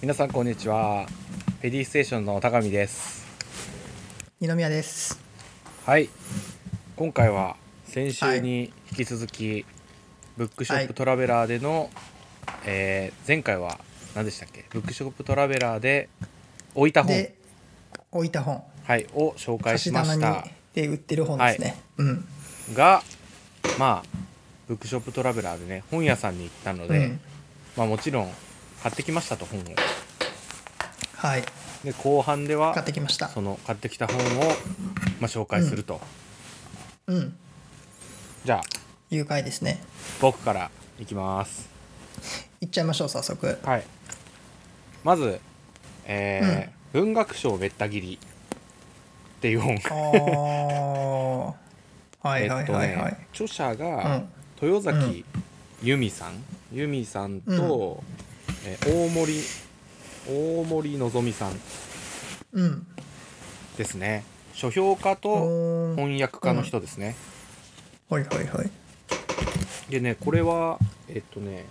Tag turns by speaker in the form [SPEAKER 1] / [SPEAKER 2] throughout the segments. [SPEAKER 1] 皆さんこんにちはペディステーションの高見です
[SPEAKER 2] 二宮です。
[SPEAKER 1] はい今回は先週に引き続き、ブックショップトラベラーでの、えー前回は何でしたっけブックショップトラベラーで置いた本
[SPEAKER 2] で、置いた本、
[SPEAKER 1] はいを紹介し
[SPEAKER 2] 貸し
[SPEAKER 1] ま
[SPEAKER 2] 棚
[SPEAKER 1] し
[SPEAKER 2] に
[SPEAKER 1] た
[SPEAKER 2] で売ってる本ですね。うん。
[SPEAKER 1] がまあブックショップトラベラーでね本屋さんに行ったので、
[SPEAKER 2] うん
[SPEAKER 1] まあもちろん買ってきましたと本を
[SPEAKER 2] はい。
[SPEAKER 1] で後半では
[SPEAKER 2] 買ってきました
[SPEAKER 1] そ。の買ってきた本を、まあ、紹介すると、
[SPEAKER 2] うん。
[SPEAKER 1] じゃあ
[SPEAKER 2] 誘拐ですね。
[SPEAKER 1] 僕からいきます
[SPEAKER 2] 行っちゃいましょう早速。
[SPEAKER 1] はいまず、えー文学賞べった切り」っていう本
[SPEAKER 2] ああ。はいはいはいはい。
[SPEAKER 1] 著者
[SPEAKER 2] う
[SPEAKER 1] が
[SPEAKER 2] ん
[SPEAKER 1] 豊崎由美さん、由美さんと、えー大森大森のぞみさん
[SPEAKER 2] うん。
[SPEAKER 1] ですね書評家と
[SPEAKER 2] おー
[SPEAKER 1] 翻訳家の人ですね、
[SPEAKER 2] はいはいはい。
[SPEAKER 1] でねこれはえっとね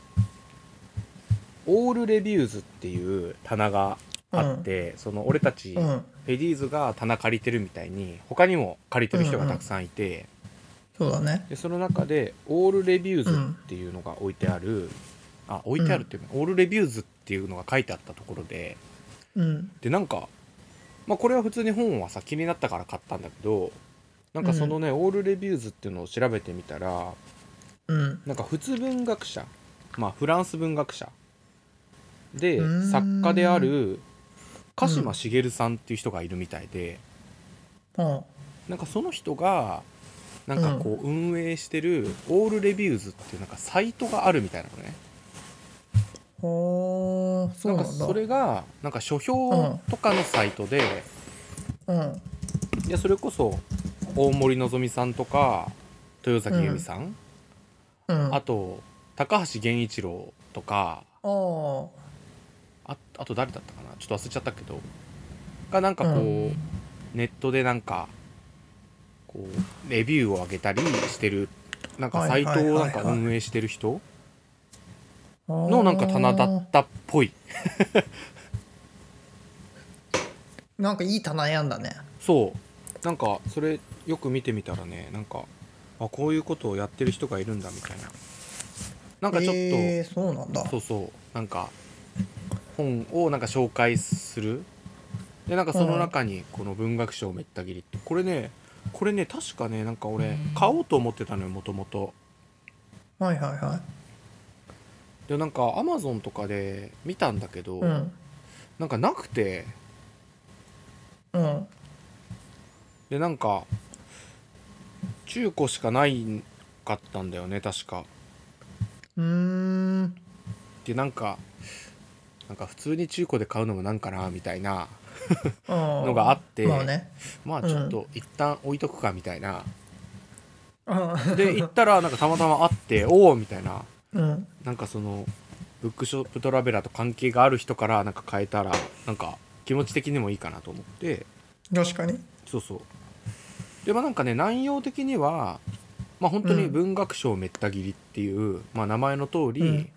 [SPEAKER 1] オールレビューズっていう棚があって、その俺たち、
[SPEAKER 2] うん。
[SPEAKER 1] ペディーズが棚借りてるみたいに他にも借りてる人がたくさんいて、
[SPEAKER 2] そうだね。
[SPEAKER 1] でその中でオールレビューズっていうのが置いてある、あ置いてあるっていうの、オールレビューズっていうのが書いてあったところで
[SPEAKER 2] うん。
[SPEAKER 1] でなんか、まあ、これは普通に本はさ気になったから買ったんだけどなんかそのね、オールレビューズっていうのを調べてみたら
[SPEAKER 2] うん。
[SPEAKER 1] なんか仏文学者まあフランス文学者で
[SPEAKER 2] うーん
[SPEAKER 1] 作家である鹿島茂さんっていう人がいるみたいで。
[SPEAKER 2] うん。
[SPEAKER 1] なんかその人がなんかこう運営してるオールレビューズっていうなんかサイトがあるみたいなのね
[SPEAKER 2] おーそ
[SPEAKER 1] な
[SPEAKER 2] うんな
[SPEAKER 1] か
[SPEAKER 2] んだ。
[SPEAKER 1] それがなんか書評とかのサイトで、
[SPEAKER 2] うん。
[SPEAKER 1] いやそれこそ大森のぞみさんとか豊崎由美さん、
[SPEAKER 2] うん。
[SPEAKER 1] あと高橋源一郎とか
[SPEAKER 2] あー
[SPEAKER 1] ああと誰だったかなちょっと忘れちゃったけどがなんかこう、
[SPEAKER 2] う
[SPEAKER 1] ネットでなんかこうレビューを上げたりしてるなんかサイトをなんか運営してる人、
[SPEAKER 2] あー。
[SPEAKER 1] のなんか棚だったっぽい
[SPEAKER 2] なんかいい棚やんだね。
[SPEAKER 1] そうなんかそれよく見てみたらねなんかあこういうことをやってる人がいるんだみたいななんかちょっと、
[SPEAKER 2] えー、そうなんだ。
[SPEAKER 1] そうそうなんか本をなんか紹介するでなんかその中にこの文学賞めった切りってこれねこれね確かねなんか俺買おうと思ってたのよもともと
[SPEAKER 2] はいはいはい。
[SPEAKER 1] でなんかアマゾンとかで見たんだけど、
[SPEAKER 2] うん。
[SPEAKER 1] なんかなくて
[SPEAKER 2] うん。
[SPEAKER 1] でなんか中古しかないかったんだよね確か
[SPEAKER 2] うーん。
[SPEAKER 1] でなんかなんか普通に中古で買うのもなんかなみたいなの
[SPEAKER 2] の
[SPEAKER 1] があって
[SPEAKER 2] まあね。
[SPEAKER 1] まあちょっと一旦置いとくかみたいな、
[SPEAKER 2] うん
[SPEAKER 1] で行ったらなんかたまたま会って おおみたいな
[SPEAKER 2] うん。
[SPEAKER 1] なんかそのブックショップトラベラーと関係がある人からなんか買えたらなんか気持ち的にもいいかなと思って
[SPEAKER 2] 確かに。
[SPEAKER 1] そうそうでもなんかね内容的にはまあ本当に
[SPEAKER 2] うん
[SPEAKER 1] 文学賞めった切りっていう、まあ名前の通り、
[SPEAKER 2] うん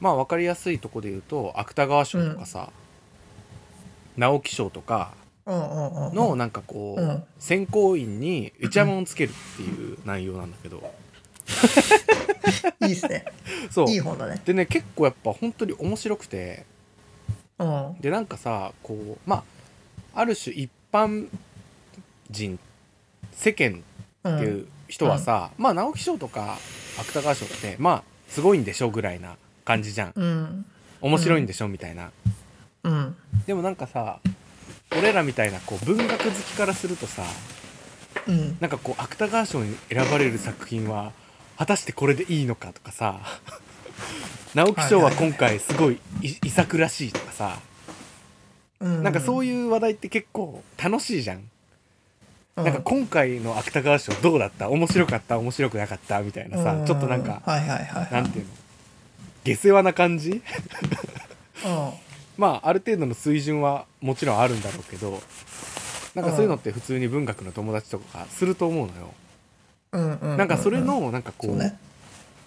[SPEAKER 1] まあ分かりやすいとこで言うと芥川賞とかさ、直木賞とか
[SPEAKER 2] うんうんうん。
[SPEAKER 1] のなんかこう、
[SPEAKER 2] うん
[SPEAKER 1] 選考員に内山をつけるっていう内容なんだけど、
[SPEAKER 2] いいっすね。
[SPEAKER 1] そう
[SPEAKER 2] いい本だね。
[SPEAKER 1] でね結構やっぱ本当に面白くて
[SPEAKER 2] うん。
[SPEAKER 1] でなんかさこうまあある種一般人世間
[SPEAKER 2] うん。
[SPEAKER 1] っていう人はさ、まあ直木賞とか芥川賞ってまあすごいんでしょぐらいな感じじゃん
[SPEAKER 2] うん。
[SPEAKER 1] 面白いんでしょみたいな、
[SPEAKER 2] うん。
[SPEAKER 1] でもなんかさ俺らみたいなこう文学好きからするとさ
[SPEAKER 2] うん。
[SPEAKER 1] なんかこう芥川賞に選ばれる作品は果たしてこれでいいのかとかさ 直木賞は今回すごいい遺作らしいとかさ、
[SPEAKER 2] うん。
[SPEAKER 1] なんかそう
[SPEAKER 2] い
[SPEAKER 1] いう話題って結構楽しいじゃん、
[SPEAKER 2] う
[SPEAKER 1] なんか今回の芥川賞どうだった面白かった面白くなかったみたいなさ、
[SPEAKER 2] う
[SPEAKER 1] ちょっとなんか
[SPEAKER 2] はいはいはいはい。
[SPEAKER 1] なんていうの下世話な感じ
[SPEAKER 2] うん。
[SPEAKER 1] まあある程度の水準はもちろんあるんだろうけどなんかそういうのって普通に文学の友達とかがすると思うのよ、
[SPEAKER 2] うんうんうん。
[SPEAKER 1] なんかそれのなんかこ
[SPEAKER 2] そう
[SPEAKER 1] う
[SPEAKER 2] ね。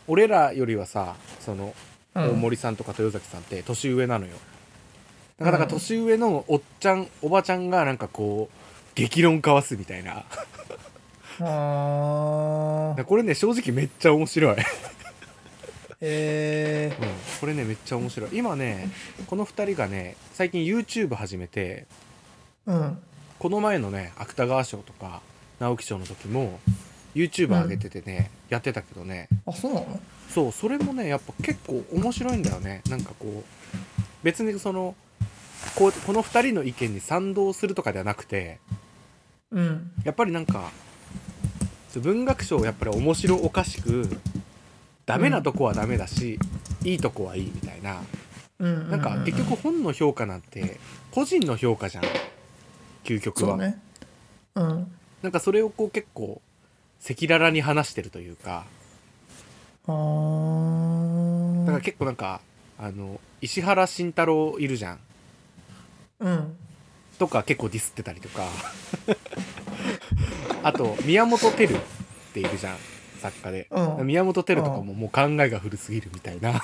[SPEAKER 1] 俺らよりはさその
[SPEAKER 2] うん
[SPEAKER 1] 大森さんとか豊崎さんって年上なのよ、なかなか年上のおっちゃん、おばちゃんがなんかこう激論交わすみたいな
[SPEAKER 2] あー
[SPEAKER 1] これね正直めっちゃ面白い、うん
[SPEAKER 2] え
[SPEAKER 1] これねめっちゃ面白い今ねこの2人がね最近 YouTube 始めて
[SPEAKER 2] ー、うん
[SPEAKER 1] この前のね芥川賞とか直木賞の時も YouTube 上げててね、やってたけどね
[SPEAKER 2] あそうなの
[SPEAKER 1] そうそれもねやっぱ結構面白いんだよねなんかこう別にそのこうこの2人の意見に賛同するとかではなくて
[SPEAKER 2] うん
[SPEAKER 1] やっぱりなんかそう文学賞をやっぱり面白おかしくダメなとこはダメだし、いいとこはいいみたいな
[SPEAKER 2] うん
[SPEAKER 1] なんか結局本の評価なんて個人の評価じゃん究極
[SPEAKER 2] そう
[SPEAKER 1] は、
[SPEAKER 2] ねうん
[SPEAKER 1] なんかそれをこう結構赤裸々に話してるというか
[SPEAKER 2] あ
[SPEAKER 1] だから
[SPEAKER 2] ー
[SPEAKER 1] 結構なんかあの石原慎太郎いるじゃん
[SPEAKER 2] うん
[SPEAKER 1] とか結構ディスってたりと かあと宮本照っているじゃん作家で、
[SPEAKER 2] うん
[SPEAKER 1] 宮本照とかももう考えが古すぎるみたいな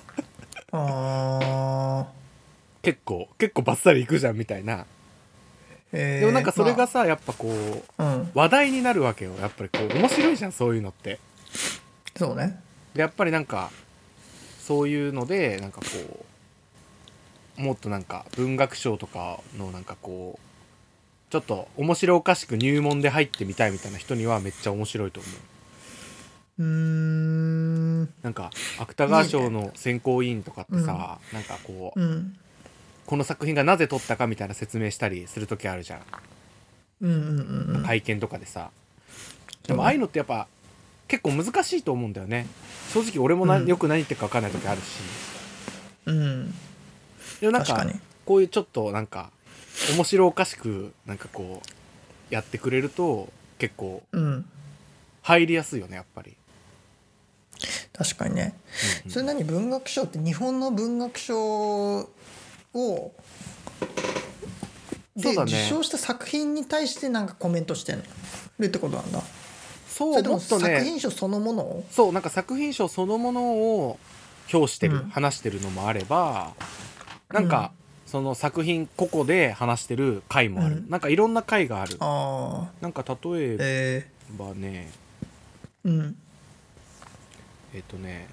[SPEAKER 2] あー
[SPEAKER 1] 結構結構バッサリいくじゃんみたいな
[SPEAKER 2] えー
[SPEAKER 1] でもなんかそれがさ、やっぱこう
[SPEAKER 2] まあうん
[SPEAKER 1] 話題になるわけよやっぱりこう面白いじゃんそういうのって
[SPEAKER 2] そうね
[SPEAKER 1] でやっぱりなんかそういうのでなんかこうもっとなんか文学賞とかのなんかこうちょっと面白おかしく入門で入ってみたいみたいな人にはめっちゃ面白いと思う
[SPEAKER 2] うーん
[SPEAKER 1] なんか芥川賞の選考委員とかってさ、なんかこう、
[SPEAKER 2] うん
[SPEAKER 1] この作品がなぜ取ったかみたいな説明したりする時あるじゃん
[SPEAKER 2] うんうんうんうん
[SPEAKER 1] 会見とかでさでもああいうのってやっぱ結構難しいと思うんだよね正直俺もな、
[SPEAKER 2] うん
[SPEAKER 1] よく何言ってるか分かんない時あるし
[SPEAKER 2] うん
[SPEAKER 1] でもなんか
[SPEAKER 2] 確かに
[SPEAKER 1] こういうちょっとなんか面白おかしくなんかこうやってくれると結構
[SPEAKER 2] うん
[SPEAKER 1] 入りやすいよねやっぱり、
[SPEAKER 2] 確かにね
[SPEAKER 1] うんうん
[SPEAKER 2] それ何文学賞って日本の文学賞を
[SPEAKER 1] そ
[SPEAKER 2] で、
[SPEAKER 1] うだね
[SPEAKER 2] 受賞した作品に対してなんかコメントしてるってことなんだ
[SPEAKER 1] そ
[SPEAKER 2] そ
[SPEAKER 1] う
[SPEAKER 2] れと
[SPEAKER 1] も
[SPEAKER 2] も
[SPEAKER 1] っと
[SPEAKER 2] 作
[SPEAKER 1] ね
[SPEAKER 2] 品賞そのものを
[SPEAKER 1] そうなんか作品賞そのものを評してる、
[SPEAKER 2] うん
[SPEAKER 1] 話してるのもあればなんか、その作品個々で話してる回もある、
[SPEAKER 2] うん
[SPEAKER 1] なんかいろんな回がある
[SPEAKER 2] ああ
[SPEAKER 1] なんか例え
[SPEAKER 2] え
[SPEAKER 1] ばね
[SPEAKER 2] えうん
[SPEAKER 1] えっ、とね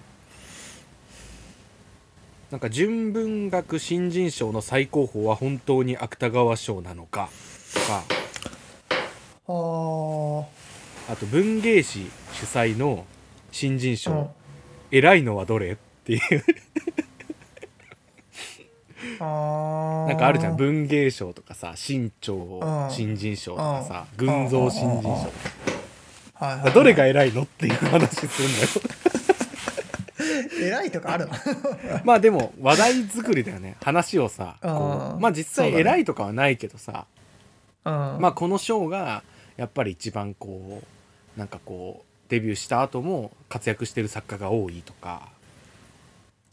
[SPEAKER 1] なんか純文学新人賞の最高峰は本当に芥川賞なのかとか
[SPEAKER 2] あー
[SPEAKER 1] あと文芸誌主催の新人賞、
[SPEAKER 2] うん
[SPEAKER 1] 偉いのはどれっていう
[SPEAKER 2] あー
[SPEAKER 1] なんかあるじゃん文芸賞とかさ新潮
[SPEAKER 2] うん
[SPEAKER 1] 新人賞とかさ
[SPEAKER 2] うん
[SPEAKER 1] 群像新人
[SPEAKER 2] うんうんうん
[SPEAKER 1] 賞
[SPEAKER 2] はいはいはい
[SPEAKER 1] どれが偉いのっていう話するん
[SPEAKER 2] 偉いとか あるの
[SPEAKER 1] だよまあでも話題作りだよね話をさ
[SPEAKER 2] うん
[SPEAKER 1] こうまあ実
[SPEAKER 2] そ
[SPEAKER 1] 際
[SPEAKER 2] うだね
[SPEAKER 1] 偉いとかはないけどさ
[SPEAKER 2] うん
[SPEAKER 1] まあこの賞がやっぱり一番こうなんかこうデビューした後も活躍してる作家が多いとか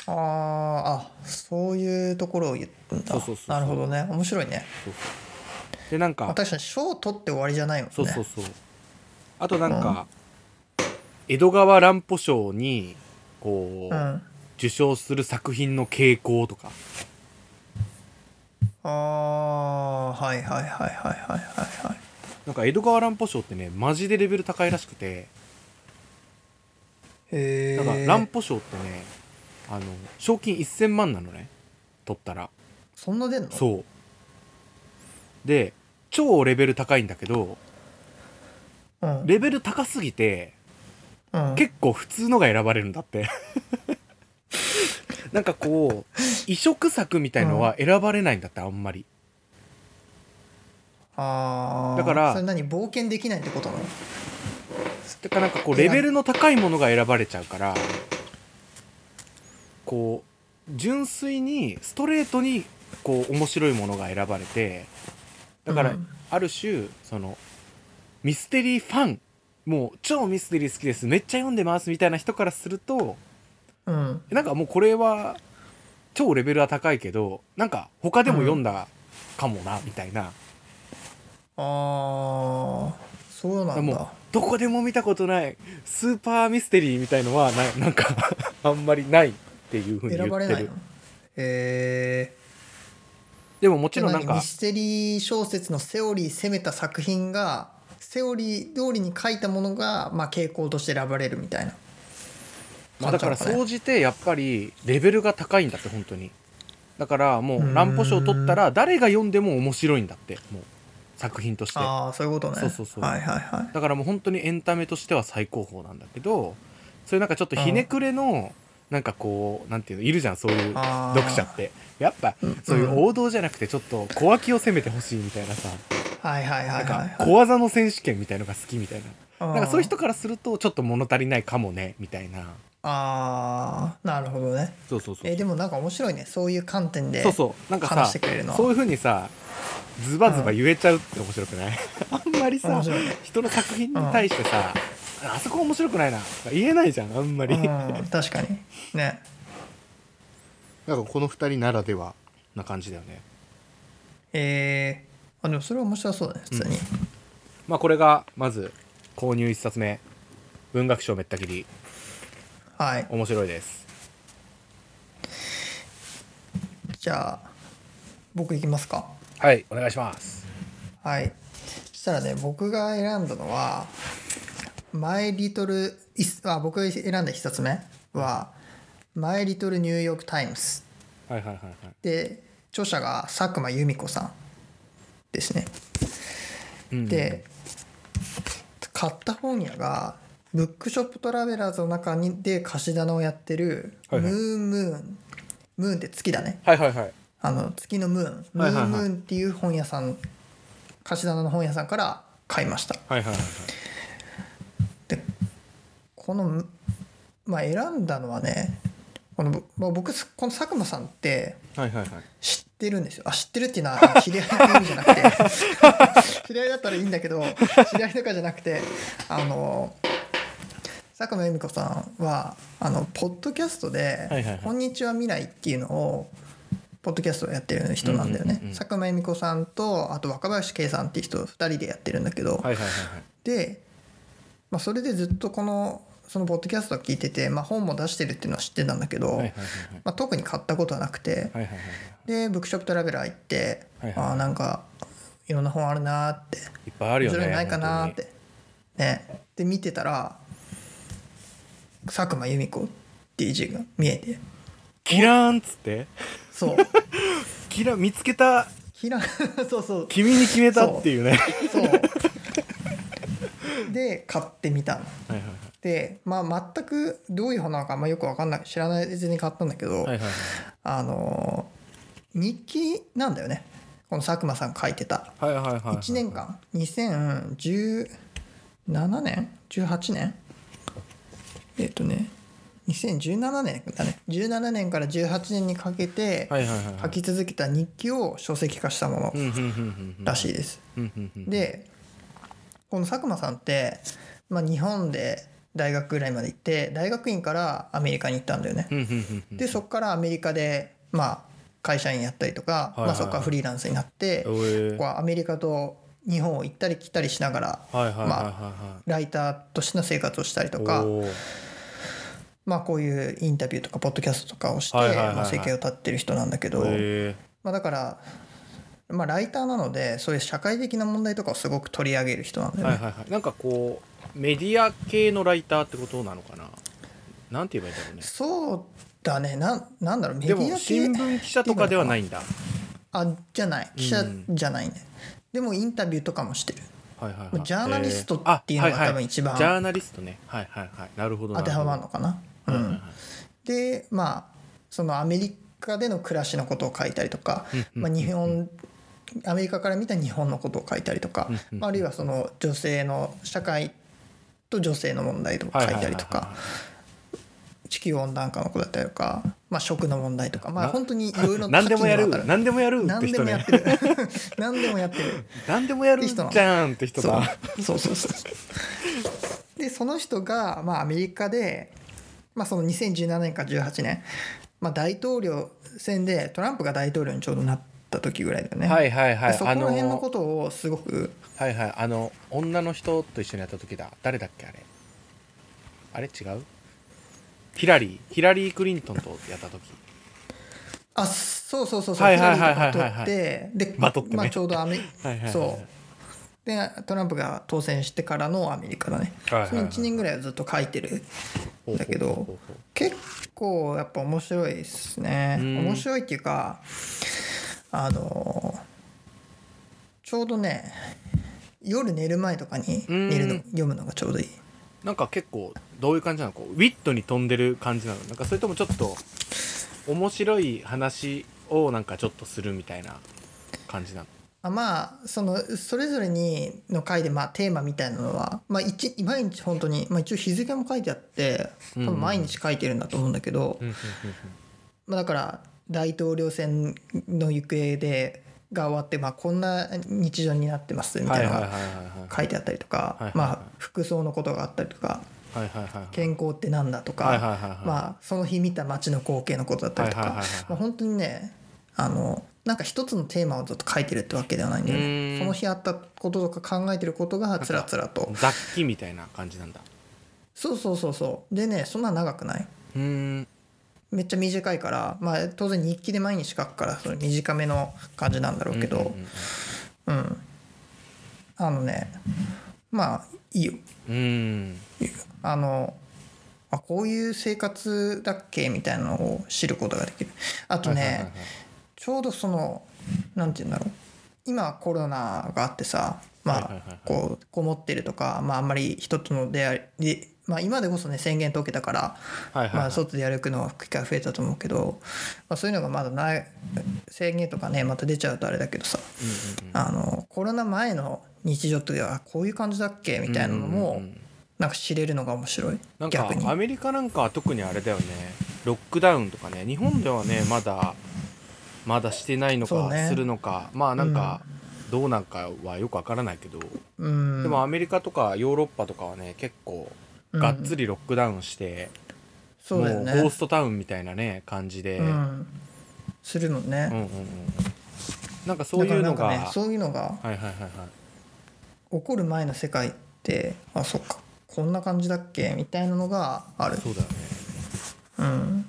[SPEAKER 2] あーあそういうところを言うんだ
[SPEAKER 1] そうそうそうそう
[SPEAKER 2] なるほどね面白いね
[SPEAKER 1] でなん
[SPEAKER 2] まあ
[SPEAKER 1] か
[SPEAKER 2] 確かに賞を取って終わりじゃないもんね
[SPEAKER 1] そうそうそうあとなんか江戸川乱歩賞にこう、
[SPEAKER 2] うん
[SPEAKER 1] 受賞する作品の傾向とか
[SPEAKER 2] ああはいはいはいはいはいはいはい
[SPEAKER 1] なんか江戸川乱歩賞ってねマジでレベル高いらしくて
[SPEAKER 2] へえ
[SPEAKER 1] なんか乱歩賞ってねあの賞金1000万なのね取ったら
[SPEAKER 2] そんな出んのう
[SPEAKER 1] そうで超レベル高いんだけど
[SPEAKER 2] うん、
[SPEAKER 1] レベル高すぎて
[SPEAKER 2] うん、
[SPEAKER 1] 結構普通のが選ばれるんだって なんかこう異色作みたいのは選ばれないんだってあんまり
[SPEAKER 2] ああ
[SPEAKER 1] だから
[SPEAKER 2] それ何冒険できないってことなの
[SPEAKER 1] だからなんかこうレベルの高いものが選ばれちゃうからこう純粋にストレートにこう面白いものが選ばれてだか
[SPEAKER 2] う
[SPEAKER 1] ら
[SPEAKER 2] ん
[SPEAKER 1] ある種そのミステリーファンもう超ミステリー好きですめっちゃ読んでますみたいな人からすると
[SPEAKER 2] うん
[SPEAKER 1] なんかもうこれは超レベルは高いけどなんか他でも読んだかもなみたいな、
[SPEAKER 2] ああそうなん
[SPEAKER 1] もう
[SPEAKER 2] だ
[SPEAKER 1] どこでも見たことないスーパーミステリーみたいのはななん かあんまりないっていうふうに言
[SPEAKER 2] 選ば
[SPEAKER 1] っ
[SPEAKER 2] れ
[SPEAKER 1] て
[SPEAKER 2] ない
[SPEAKER 1] る
[SPEAKER 2] のへえ
[SPEAKER 1] でももちろんなん
[SPEAKER 2] 何
[SPEAKER 1] か
[SPEAKER 2] ミステリー小説のセオリー攻めた作品がセオリー通りに書いたものが、まあ、傾向として選ばれるみたいな
[SPEAKER 1] まあ、だから
[SPEAKER 2] 感じな
[SPEAKER 1] 総
[SPEAKER 2] のね
[SPEAKER 1] じてやっぱりレベルが高いんだって本当にだからもう乱歩賞取ったら誰が読んでも面白いんだってもう作品としてだ
[SPEAKER 2] ああそういうことね
[SPEAKER 1] そうそうそう
[SPEAKER 2] はいはいはい
[SPEAKER 1] からもう本当にエンタメとしては最高峰なんだけどそういうなんかちょっとひねくれのなんかこうなんていうのいるじゃんそういう
[SPEAKER 2] あー
[SPEAKER 1] 読者ってやっぱそういう王道じゃなくてちょっと小脇を攻めてほしいみたいなさ
[SPEAKER 2] はいはいは
[SPEAKER 1] ないん
[SPEAKER 2] は
[SPEAKER 1] か
[SPEAKER 2] い
[SPEAKER 1] 小技の選手権みたいのが好きみたい
[SPEAKER 2] あ
[SPEAKER 1] な
[SPEAKER 2] ー
[SPEAKER 1] なんかそういう人からするとちょっと物足りないかもねみたいな
[SPEAKER 2] ああなるほどね
[SPEAKER 1] そうそうそう
[SPEAKER 2] えーでもなんか面白いねそういう観点で
[SPEAKER 1] そうそうなんかさ
[SPEAKER 2] 話してくれるのは
[SPEAKER 1] そういうふうにさズバズバ言えちゃうって面白くない、あんまりさ
[SPEAKER 2] 面白いね
[SPEAKER 1] 人の作品に対してさ、あそこ面白くないなとか言えないじゃんあんまり、なんか
[SPEAKER 2] うん確かにね
[SPEAKER 1] この2人ならではな感じだよね
[SPEAKER 2] えー、あでもそれは面白そうだね普通に、
[SPEAKER 1] まあこれがまず購入1冊目文学賞めったきり
[SPEAKER 2] はい
[SPEAKER 1] 面白いです
[SPEAKER 2] じゃあ僕いきますか
[SPEAKER 1] はいお願いします
[SPEAKER 2] はいそしたらね僕が選んだのは「マイ・リトル・イス」あ僕が選んだ1冊目は「マイ・リトル・ニューヨーク・タイムズ
[SPEAKER 1] はいはいはいはい」
[SPEAKER 2] で著者が佐久間由美子さんですね
[SPEAKER 1] うん
[SPEAKER 2] で買った本屋がブックショップトラベラーズの中にで貸し棚をやってる「ム
[SPEAKER 1] は
[SPEAKER 2] ー
[SPEAKER 1] い
[SPEAKER 2] ン
[SPEAKER 1] はい
[SPEAKER 2] ムーン」ムーンって月だね
[SPEAKER 1] はいはいはい
[SPEAKER 2] あの月のムーン、
[SPEAKER 1] はいはいはい
[SPEAKER 2] ムーンムーンっていう本屋さん貸し棚の本屋さんから買いました
[SPEAKER 1] はいはいはい
[SPEAKER 2] でこのまあ選んだのはねこの、まあ、僕この佐久間さんって
[SPEAKER 1] はいはいはい
[SPEAKER 2] 知ってるんですよあ知ってるっていう のは知り合いの意味じゃなくて 知り合いだったらいいんだけど知り合いとかじゃなくてあの佐久間由美子さんはあのポッドキャストで
[SPEAKER 1] はいはいはい
[SPEAKER 2] こんにちは未来」っていうのをポッドキャストをやってる人なんだよね、
[SPEAKER 1] うんうんうんうん
[SPEAKER 2] 佐久間由美子さんとあと若林圭さんっていう人2人でやってるんだけど、
[SPEAKER 1] はいはいはい
[SPEAKER 2] で、まあ、それでずっとこのそのポッドキャストを聞いてて、まあ、本も出してるっていうのは知ってたんだけど、
[SPEAKER 1] はいはいはい
[SPEAKER 2] まあ、特に買ったことはなくて、
[SPEAKER 1] はいはいはいはい
[SPEAKER 2] でブックショップトラベラー行って、
[SPEAKER 1] はいはい
[SPEAKER 2] ああなんかいろんな本あるなーって
[SPEAKER 1] いっぱいあるよね
[SPEAKER 2] 面白いのないかなーっ
[SPEAKER 1] 本
[SPEAKER 2] てねで見てたら佐久間由美子っていう字が見えて
[SPEAKER 1] 当にキラーンっつって
[SPEAKER 2] そう
[SPEAKER 1] キラ見つけた
[SPEAKER 2] ひら そう そう
[SPEAKER 1] 君に決めたっていうね
[SPEAKER 2] そうで買ってみたの
[SPEAKER 1] はいは
[SPEAKER 2] でまあ全くどういう本なのか、まあ、よくわかんない知らない別に買ったんだけど、
[SPEAKER 1] いはいはいはい
[SPEAKER 2] あのー日記なんだよねこの佐久間さんが書いてた
[SPEAKER 1] はいはいはいはい
[SPEAKER 2] 1年間2017年18年えっ、とね2017年だね17年から18年にかけて
[SPEAKER 1] はいはいはいはい
[SPEAKER 2] 書き続けた日記を書籍化したもの
[SPEAKER 1] うんうんうんうんうん
[SPEAKER 2] らしいです。
[SPEAKER 1] うんうんうん
[SPEAKER 2] でこの佐久間さんって、まあ、日本で大学ぐらいまで行って大学院からアメリカに行ったんだよね。
[SPEAKER 1] うんうんうんうん
[SPEAKER 2] でそこからアメリカで、まあ、会社員やったりとか、
[SPEAKER 1] はいはいはい
[SPEAKER 2] まあ、そこからフリーランスになって、
[SPEAKER 1] おえ
[SPEAKER 2] こうアメリカと日本を行ったり来たりしながら、
[SPEAKER 1] はいはいはいはい
[SPEAKER 2] まあ、
[SPEAKER 1] は
[SPEAKER 2] ライターとしての生活をしたり
[SPEAKER 1] い
[SPEAKER 2] とか、
[SPEAKER 1] おー
[SPEAKER 2] まあ、こういうインタビューとかポッドキャストとかをして、
[SPEAKER 1] はいはいはいはい
[SPEAKER 2] まあ、生計を立ってる人なんだけど、
[SPEAKER 1] え
[SPEAKER 2] まあ、だから、まあ、ライターなのでそういう社会的な問題とかをすごく取り上げる人なんだよね。
[SPEAKER 1] はいはいはいなんかこうメディア系のライターってことなのかななんて言えばいいんだろうね
[SPEAKER 2] そうだねなんなんだろうメデ
[SPEAKER 1] で
[SPEAKER 2] ィア系
[SPEAKER 1] も新聞記者とかではないんだ
[SPEAKER 2] あじゃない記
[SPEAKER 1] う
[SPEAKER 2] 者
[SPEAKER 1] ん
[SPEAKER 2] じゃないね、でもインタビューとかもしてる
[SPEAKER 1] はいはいはい
[SPEAKER 2] ジャーナリストっていうのが
[SPEAKER 1] えーあはいはい
[SPEAKER 2] 多分一番
[SPEAKER 1] ジャーナリストねはいはいはいなるほど
[SPEAKER 2] 当てはまるの
[SPEAKER 1] の
[SPEAKER 2] かな、
[SPEAKER 1] はいは
[SPEAKER 2] う
[SPEAKER 1] い
[SPEAKER 2] ん、でまあそのアメリカでの暮らしのことを書いたりとか、
[SPEAKER 1] うん
[SPEAKER 2] まあ、日本アメリカから見た日本のことを書いたりとか、
[SPEAKER 1] うん
[SPEAKER 2] まあ、あるいはその女性の社会と女性の問題とか
[SPEAKER 1] はい
[SPEAKER 2] 書い
[SPEAKER 1] はい
[SPEAKER 2] た
[SPEAKER 1] はい
[SPEAKER 2] り
[SPEAKER 1] はい
[SPEAKER 2] とか地球温暖化のことだったりとか、まあ、食の問題とかまあ
[SPEAKER 1] な
[SPEAKER 2] 本当にいろいろ
[SPEAKER 1] 何でもや
[SPEAKER 2] 多岐にわた
[SPEAKER 1] る何でもやるっ
[SPEAKER 2] 何
[SPEAKER 1] て
[SPEAKER 2] で
[SPEAKER 1] 人
[SPEAKER 2] もやっ
[SPEAKER 1] ね
[SPEAKER 2] てる 何でもやってる
[SPEAKER 1] 何でもや
[SPEAKER 2] っ
[SPEAKER 1] る
[SPEAKER 2] て人なの
[SPEAKER 1] じゃんって人
[SPEAKER 2] そ
[SPEAKER 1] だ
[SPEAKER 2] うそうそうそうでその人が、まあ、アメリカで、まあ、その2017年から18年、まあ、大統領選でトランプが大統領にちょうどなった時ぐらいだよね、
[SPEAKER 1] はいはいはい
[SPEAKER 2] でそこら辺のことをすごく
[SPEAKER 1] はいはいあの女の人と一緒にやった時だ誰だっけあれあれ違うヒラリーヒラリー・クリントンとやった時
[SPEAKER 2] あそうそうそうそう、
[SPEAKER 1] は
[SPEAKER 2] ヒ
[SPEAKER 1] いは
[SPEAKER 2] ラ
[SPEAKER 1] い
[SPEAKER 2] リー
[SPEAKER 1] はい
[SPEAKER 2] と
[SPEAKER 1] はいはい
[SPEAKER 2] か取って、で、
[SPEAKER 1] まあ取ってね
[SPEAKER 2] まあ、ちょうどアメ
[SPEAKER 1] はいはい
[SPEAKER 2] そうでトランプが当選してからのアメリカだね、
[SPEAKER 1] はいはいはい
[SPEAKER 2] その1年ぐらいはずっと書いてる
[SPEAKER 1] ほうほうほうほう
[SPEAKER 2] だけど結構やっぱ面白いですね
[SPEAKER 1] うん
[SPEAKER 2] 面白いっていうかあのちょうどね夜寝る前とかに
[SPEAKER 1] うん
[SPEAKER 2] 寝るの読むのがちょうどいい
[SPEAKER 1] なんか結構どういう感じなのこうウィットに飛んでる感じなのなんかそれともちょっと面白い話をなんかちょっとするみたいな感じなの
[SPEAKER 2] あまあそのそれぞれにの回でまあテーマみたいなのは、まあ、一毎日本当にまあ、一応日付も書いてあって多分毎日書いてるんだと思うんだけど、
[SPEAKER 1] うんうん
[SPEAKER 2] まあ、だから大統領選の行方でが終わって、まあ、こんな日常になってます
[SPEAKER 1] うん
[SPEAKER 2] み
[SPEAKER 1] は
[SPEAKER 2] た
[SPEAKER 1] い
[SPEAKER 2] い
[SPEAKER 1] は
[SPEAKER 2] ないの
[SPEAKER 1] はいはい
[SPEAKER 2] が書いてあったりとか、
[SPEAKER 1] はいはいはい
[SPEAKER 2] まあ、服装のことがあったりとか
[SPEAKER 1] はいはいはいはい
[SPEAKER 2] 健康ってなんだとか、
[SPEAKER 1] はいはいはいはい
[SPEAKER 2] まあ、その日見た街の光景のことだったりと
[SPEAKER 1] はいはい
[SPEAKER 2] か
[SPEAKER 1] はいはい
[SPEAKER 2] まあ本当にねあのなんか一つのテーマをずっと書いてるってわけではないんだよ
[SPEAKER 1] うーん
[SPEAKER 2] ねその日あったこととか考えてることがつらつらと
[SPEAKER 1] 雑記みたいな感じなんだ
[SPEAKER 2] そうそうそうそうでねそんな長くないう
[SPEAKER 1] ーん
[SPEAKER 2] めっちゃ短いから、まあ、当然日記で毎日書くからその短めの感じなんだろうけど、
[SPEAKER 1] うんうん
[SPEAKER 2] うんあのねまあいいよ
[SPEAKER 1] うんうん
[SPEAKER 2] あのあこういう生活だっけみたいなのを知ることができるあとね、
[SPEAKER 1] はいはいはいはい
[SPEAKER 2] ちょうどそのなんて言うんだろう今コロナがあってさま
[SPEAKER 1] は
[SPEAKER 2] あ、
[SPEAKER 1] いはいはいはい
[SPEAKER 2] こうこもってるとか、まあ、あんまり人との出会いで、まあ、今でこそね宣言解けたから、
[SPEAKER 1] はいはいはい
[SPEAKER 2] まあ、外で歩くのは機会増えたと思うけど、まあ、そういうのがまだない制限とかねまた出ちゃうとあれだけどさ、
[SPEAKER 1] うんうんうん
[SPEAKER 2] あのコロナ前の日常ってあこういう感じだっけみたいな
[SPEAKER 1] う
[SPEAKER 2] の
[SPEAKER 1] んう
[SPEAKER 2] も
[SPEAKER 1] んうん
[SPEAKER 2] なんか知れるのが面白い
[SPEAKER 1] なんか
[SPEAKER 2] 逆に
[SPEAKER 1] アメリカなんかは特にあれだよねロックダウンとかね日本ではねまだまだしてないの
[SPEAKER 2] そ
[SPEAKER 1] か、
[SPEAKER 2] うね
[SPEAKER 1] するのかまあなんか、どうなんかはよくわからないけど、
[SPEAKER 2] うん
[SPEAKER 1] でもアメリカとかヨーロッパとかはね結構がっつ
[SPEAKER 2] り
[SPEAKER 1] りロックダウンして、
[SPEAKER 2] そう
[SPEAKER 1] も
[SPEAKER 2] だ
[SPEAKER 1] う
[SPEAKER 2] よ
[SPEAKER 1] ゴ
[SPEAKER 2] ね
[SPEAKER 1] ーストタウンみたいなね感じで、
[SPEAKER 2] う
[SPEAKER 1] うん
[SPEAKER 2] んするもんね
[SPEAKER 1] うんうんなんかそういうの
[SPEAKER 2] だか
[SPEAKER 1] が、
[SPEAKER 2] らなんかねそういうのが
[SPEAKER 1] はいはいはいはい
[SPEAKER 2] 起こる前の世界ってあそっかこんな感じだっけみたいなのがある
[SPEAKER 1] そうだよね
[SPEAKER 2] うん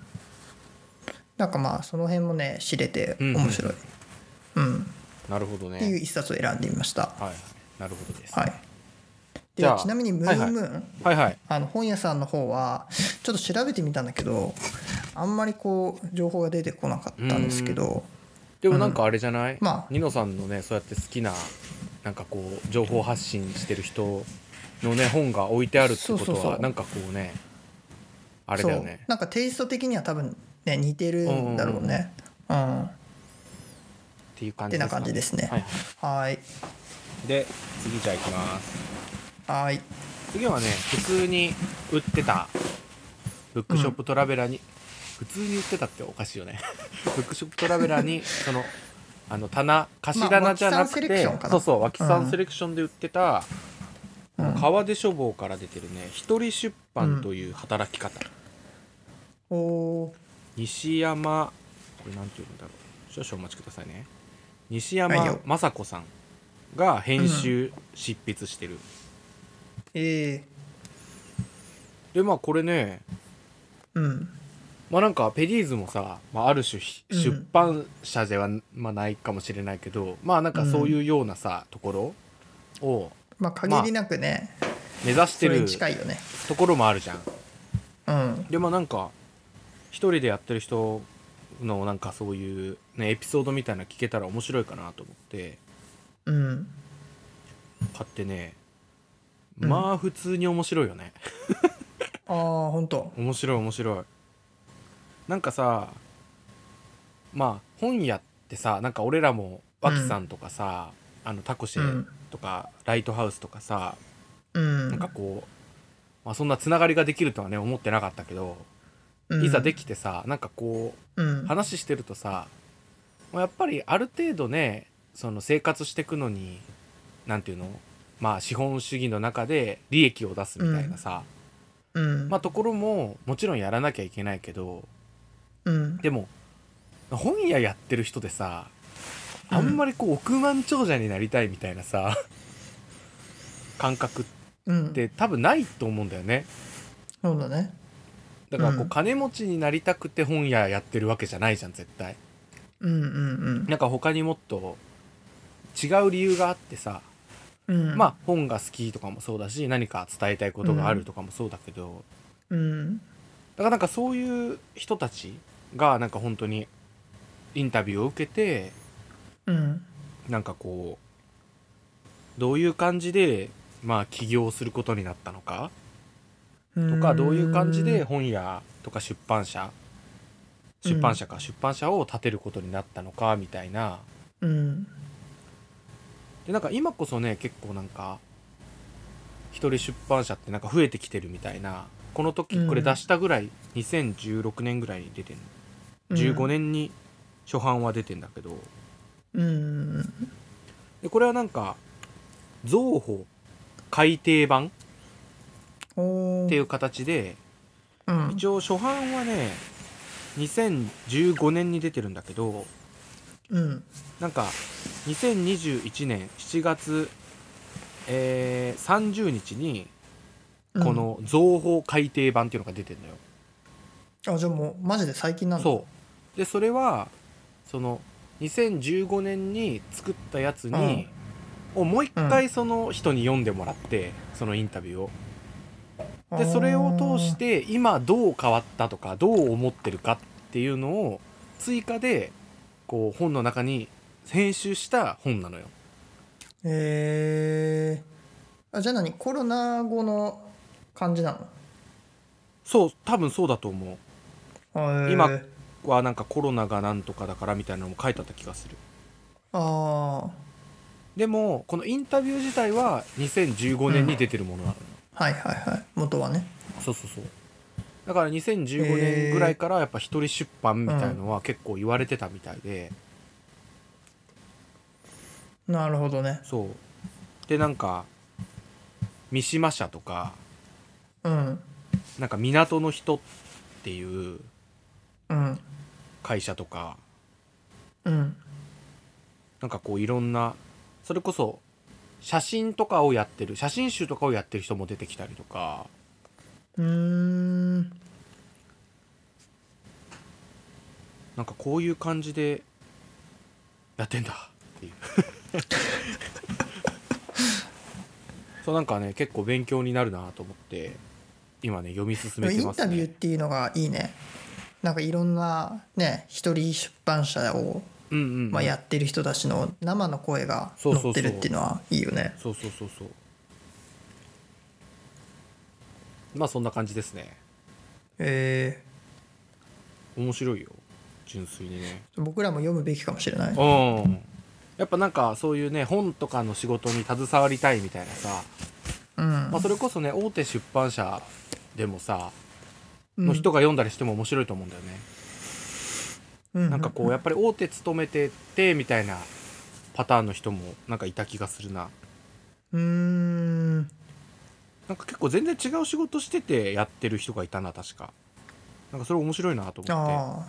[SPEAKER 2] なんかまあその辺もね知れて面白いうん、
[SPEAKER 1] なるほどね
[SPEAKER 2] っていう一冊を選んでみました
[SPEAKER 1] はいはいなるほどです、
[SPEAKER 2] はいで
[SPEAKER 1] じゃあ
[SPEAKER 2] ちなみに「ム
[SPEAKER 1] はい
[SPEAKER 2] ー
[SPEAKER 1] は
[SPEAKER 2] ン
[SPEAKER 1] い
[SPEAKER 2] ムーン」
[SPEAKER 1] はいはい
[SPEAKER 2] あの本屋さんの方はちょっと調べてみたんだけどあんまりこう情報が出てこなかったんですけど
[SPEAKER 1] でもなんかあれじゃない、
[SPEAKER 2] まあ
[SPEAKER 1] ニノさんのねそうやって好きななんかこう情報発信してる人のね本が置いてあるってことは
[SPEAKER 2] そうそうそう
[SPEAKER 1] なんかこうねあれ
[SPEAKER 2] そ
[SPEAKER 1] だ
[SPEAKER 2] う
[SPEAKER 1] よね
[SPEAKER 2] なんかテイスト的には多分ね似てるんだろうねうん
[SPEAKER 1] っていう感じですか
[SPEAKER 2] ってな感じですね
[SPEAKER 1] はいは
[SPEAKER 2] はい
[SPEAKER 1] い、で次じゃあいきます
[SPEAKER 2] はい
[SPEAKER 1] 次はね普通に売ってたブックショップトラベラーに、普通に売ってたっておかしいよね ブックショップトラベラーにそのあの棚貸し
[SPEAKER 2] まあ
[SPEAKER 1] 棚じゃな
[SPEAKER 2] 脇さんセ
[SPEAKER 1] く
[SPEAKER 2] レク
[SPEAKER 1] て、
[SPEAKER 2] ションかな
[SPEAKER 1] そうそう脇さ
[SPEAKER 2] うん
[SPEAKER 1] んセレクションで売ってた、
[SPEAKER 2] うん
[SPEAKER 1] 川出書房から出てるね一人出版という働き方、
[SPEAKER 2] おお
[SPEAKER 1] 西山これなんていうんだろう少々お待ちくださいね西
[SPEAKER 2] はい
[SPEAKER 1] 山
[SPEAKER 2] よ
[SPEAKER 1] 雅子さんが編集、執筆してる
[SPEAKER 2] え
[SPEAKER 1] でまあこれね
[SPEAKER 2] えうん
[SPEAKER 1] まあなんかペディーズもさ、まあ、ある種ひ
[SPEAKER 2] うん
[SPEAKER 1] 出版社では、まあ、ないかもしれないけどまあなんかそういうようなさ、ところを
[SPEAKER 2] まあ限りなくね、
[SPEAKER 1] 目指し
[SPEAKER 2] そ
[SPEAKER 1] て
[SPEAKER 2] れ
[SPEAKER 1] る
[SPEAKER 2] に近いよね
[SPEAKER 1] ところもあるじゃん
[SPEAKER 2] うん
[SPEAKER 1] でもなんか一人でやってる人のなんかそういう、ね、エピソードみたいなの聞けたら面白いかなと思って
[SPEAKER 2] うん
[SPEAKER 1] 買ってね
[SPEAKER 2] うん
[SPEAKER 1] まあ普通に面白いよね、
[SPEAKER 2] ああ本当
[SPEAKER 1] 面白い面白いなんかさまあ本屋ってさなんか俺らも脇さんとかさ、あのタコシェとか、ライトハウスとかさ
[SPEAKER 2] うん
[SPEAKER 1] なんかこう、まあ、そんなつながりができるとはね思ってなかったけど、
[SPEAKER 2] うん
[SPEAKER 1] いざできてさなんかこう
[SPEAKER 2] うん
[SPEAKER 1] 話してるとさまあやっぱりある程度ねその生活していくのになんていうのまあ資本主義の中で利益を出すみたいなさ、
[SPEAKER 2] うん
[SPEAKER 1] まあところももちろんやらなきゃいけないけど
[SPEAKER 2] うん
[SPEAKER 1] でも本屋やってる人でさ
[SPEAKER 2] うん
[SPEAKER 1] あんまりこう億万長者になりたいみたいな さ、感覚っ
[SPEAKER 2] うん
[SPEAKER 1] て多分ないと思うんだよね
[SPEAKER 2] そうだね
[SPEAKER 1] だからこ
[SPEAKER 2] う
[SPEAKER 1] うん金持ちになりたくて本屋やってるわけじゃないじゃん絶対
[SPEAKER 2] うんうん
[SPEAKER 1] なんか他にもっと違う理由があってさ、
[SPEAKER 2] うんうん
[SPEAKER 1] まあ本が好きとかもそうだし何か伝えたいことがあるとかもそうだけど、
[SPEAKER 2] うん
[SPEAKER 1] だからなんかそういう人たちがなんか本当にインタビューを受けて
[SPEAKER 2] うん
[SPEAKER 1] なんかこうどういう感じでまあ起業することになったのかとかどういう感じで本屋とか出版社
[SPEAKER 2] うん
[SPEAKER 1] 出版社か出版社を建てることになったのかみたいな
[SPEAKER 2] うん
[SPEAKER 1] でなんか今こそね結構なんか一人出版社ってなんか増えてきてるみたいなこの時これ出したぐらい2016年ぐらいに出てんの15年に初版は出てんだけど
[SPEAKER 2] うん
[SPEAKER 1] でこれはなんか造法改訂版
[SPEAKER 2] お
[SPEAKER 1] っていうう形で
[SPEAKER 2] うん
[SPEAKER 1] 一応初版はね2015年に出てるんだけど
[SPEAKER 2] うん
[SPEAKER 1] なんか2021年7月、えー30日にこの造法改訂版っていうのが出てるのよ。
[SPEAKER 2] あじゃあもうマジで最近なんだ
[SPEAKER 1] そうでそれはその2015年に作ったやつに、をもう一回その人に読んでもらって、そのインタビューを
[SPEAKER 2] う
[SPEAKER 1] でそれを通して今どう変わったとかどう思ってるかっていうのを追加でこう本の中に編集した本なのよ
[SPEAKER 2] へえあじゃあ何コロナ後の感じな
[SPEAKER 1] そう多分そうだと思
[SPEAKER 2] のへー
[SPEAKER 1] 今うはなんかコロナがなんとかだからみたいなのも書いてあった気がする
[SPEAKER 2] あ
[SPEAKER 1] でもこのインタビュー自体は2015年に出てるものなのよ、
[SPEAKER 2] あはいはいはい元はね
[SPEAKER 1] そうそうそうだから2015年ぐらいからやっぱ一人出版みたいのは結構言われてたみたいで、
[SPEAKER 2] なるほどね
[SPEAKER 1] そうでなんか三島社とか
[SPEAKER 2] うん
[SPEAKER 1] なんか港の人っていう
[SPEAKER 2] うん
[SPEAKER 1] 会社とか
[SPEAKER 2] うん
[SPEAKER 1] なんかこういろんなそれこそ写真とかをやってる写真集とかをやってる人も出てきたりとか
[SPEAKER 2] うーん
[SPEAKER 1] なんかこういう感じでやってんだっていう そうなんかね結構勉強になるなと思って今ね読み進めて
[SPEAKER 2] イン
[SPEAKER 1] ま
[SPEAKER 2] タ
[SPEAKER 1] す
[SPEAKER 2] ビューっ
[SPEAKER 1] ね
[SPEAKER 2] ていうのがいいねなんかいろんなね一人出版社を、
[SPEAKER 1] うんうんうん
[SPEAKER 2] まあ、やってる人たちの生の声が
[SPEAKER 1] そうそうそ
[SPEAKER 2] 乗
[SPEAKER 1] う
[SPEAKER 2] ってるっていうのはいいよね
[SPEAKER 1] そうそうそうそうまあそんな感じですね
[SPEAKER 2] え
[SPEAKER 1] 面白いよ純粋にね
[SPEAKER 2] ー僕らも読むべきかもしれない
[SPEAKER 1] うんやっぱなんかそういうね本とかの仕事に携わりたいみたいなさ、
[SPEAKER 2] うん、
[SPEAKER 1] まあ、それこそね大手出版社でもさ
[SPEAKER 2] うん
[SPEAKER 1] の人が読んだりしても面白いと思うんだよね、
[SPEAKER 2] うん
[SPEAKER 1] なんかこうやっぱり大手勤めててみたいなパターンの人もなんかいた気がするな
[SPEAKER 2] うーん
[SPEAKER 1] なんか結構全然違う仕事しててやってる人がいたな確かなんかそれ面白いなと思って
[SPEAKER 2] あ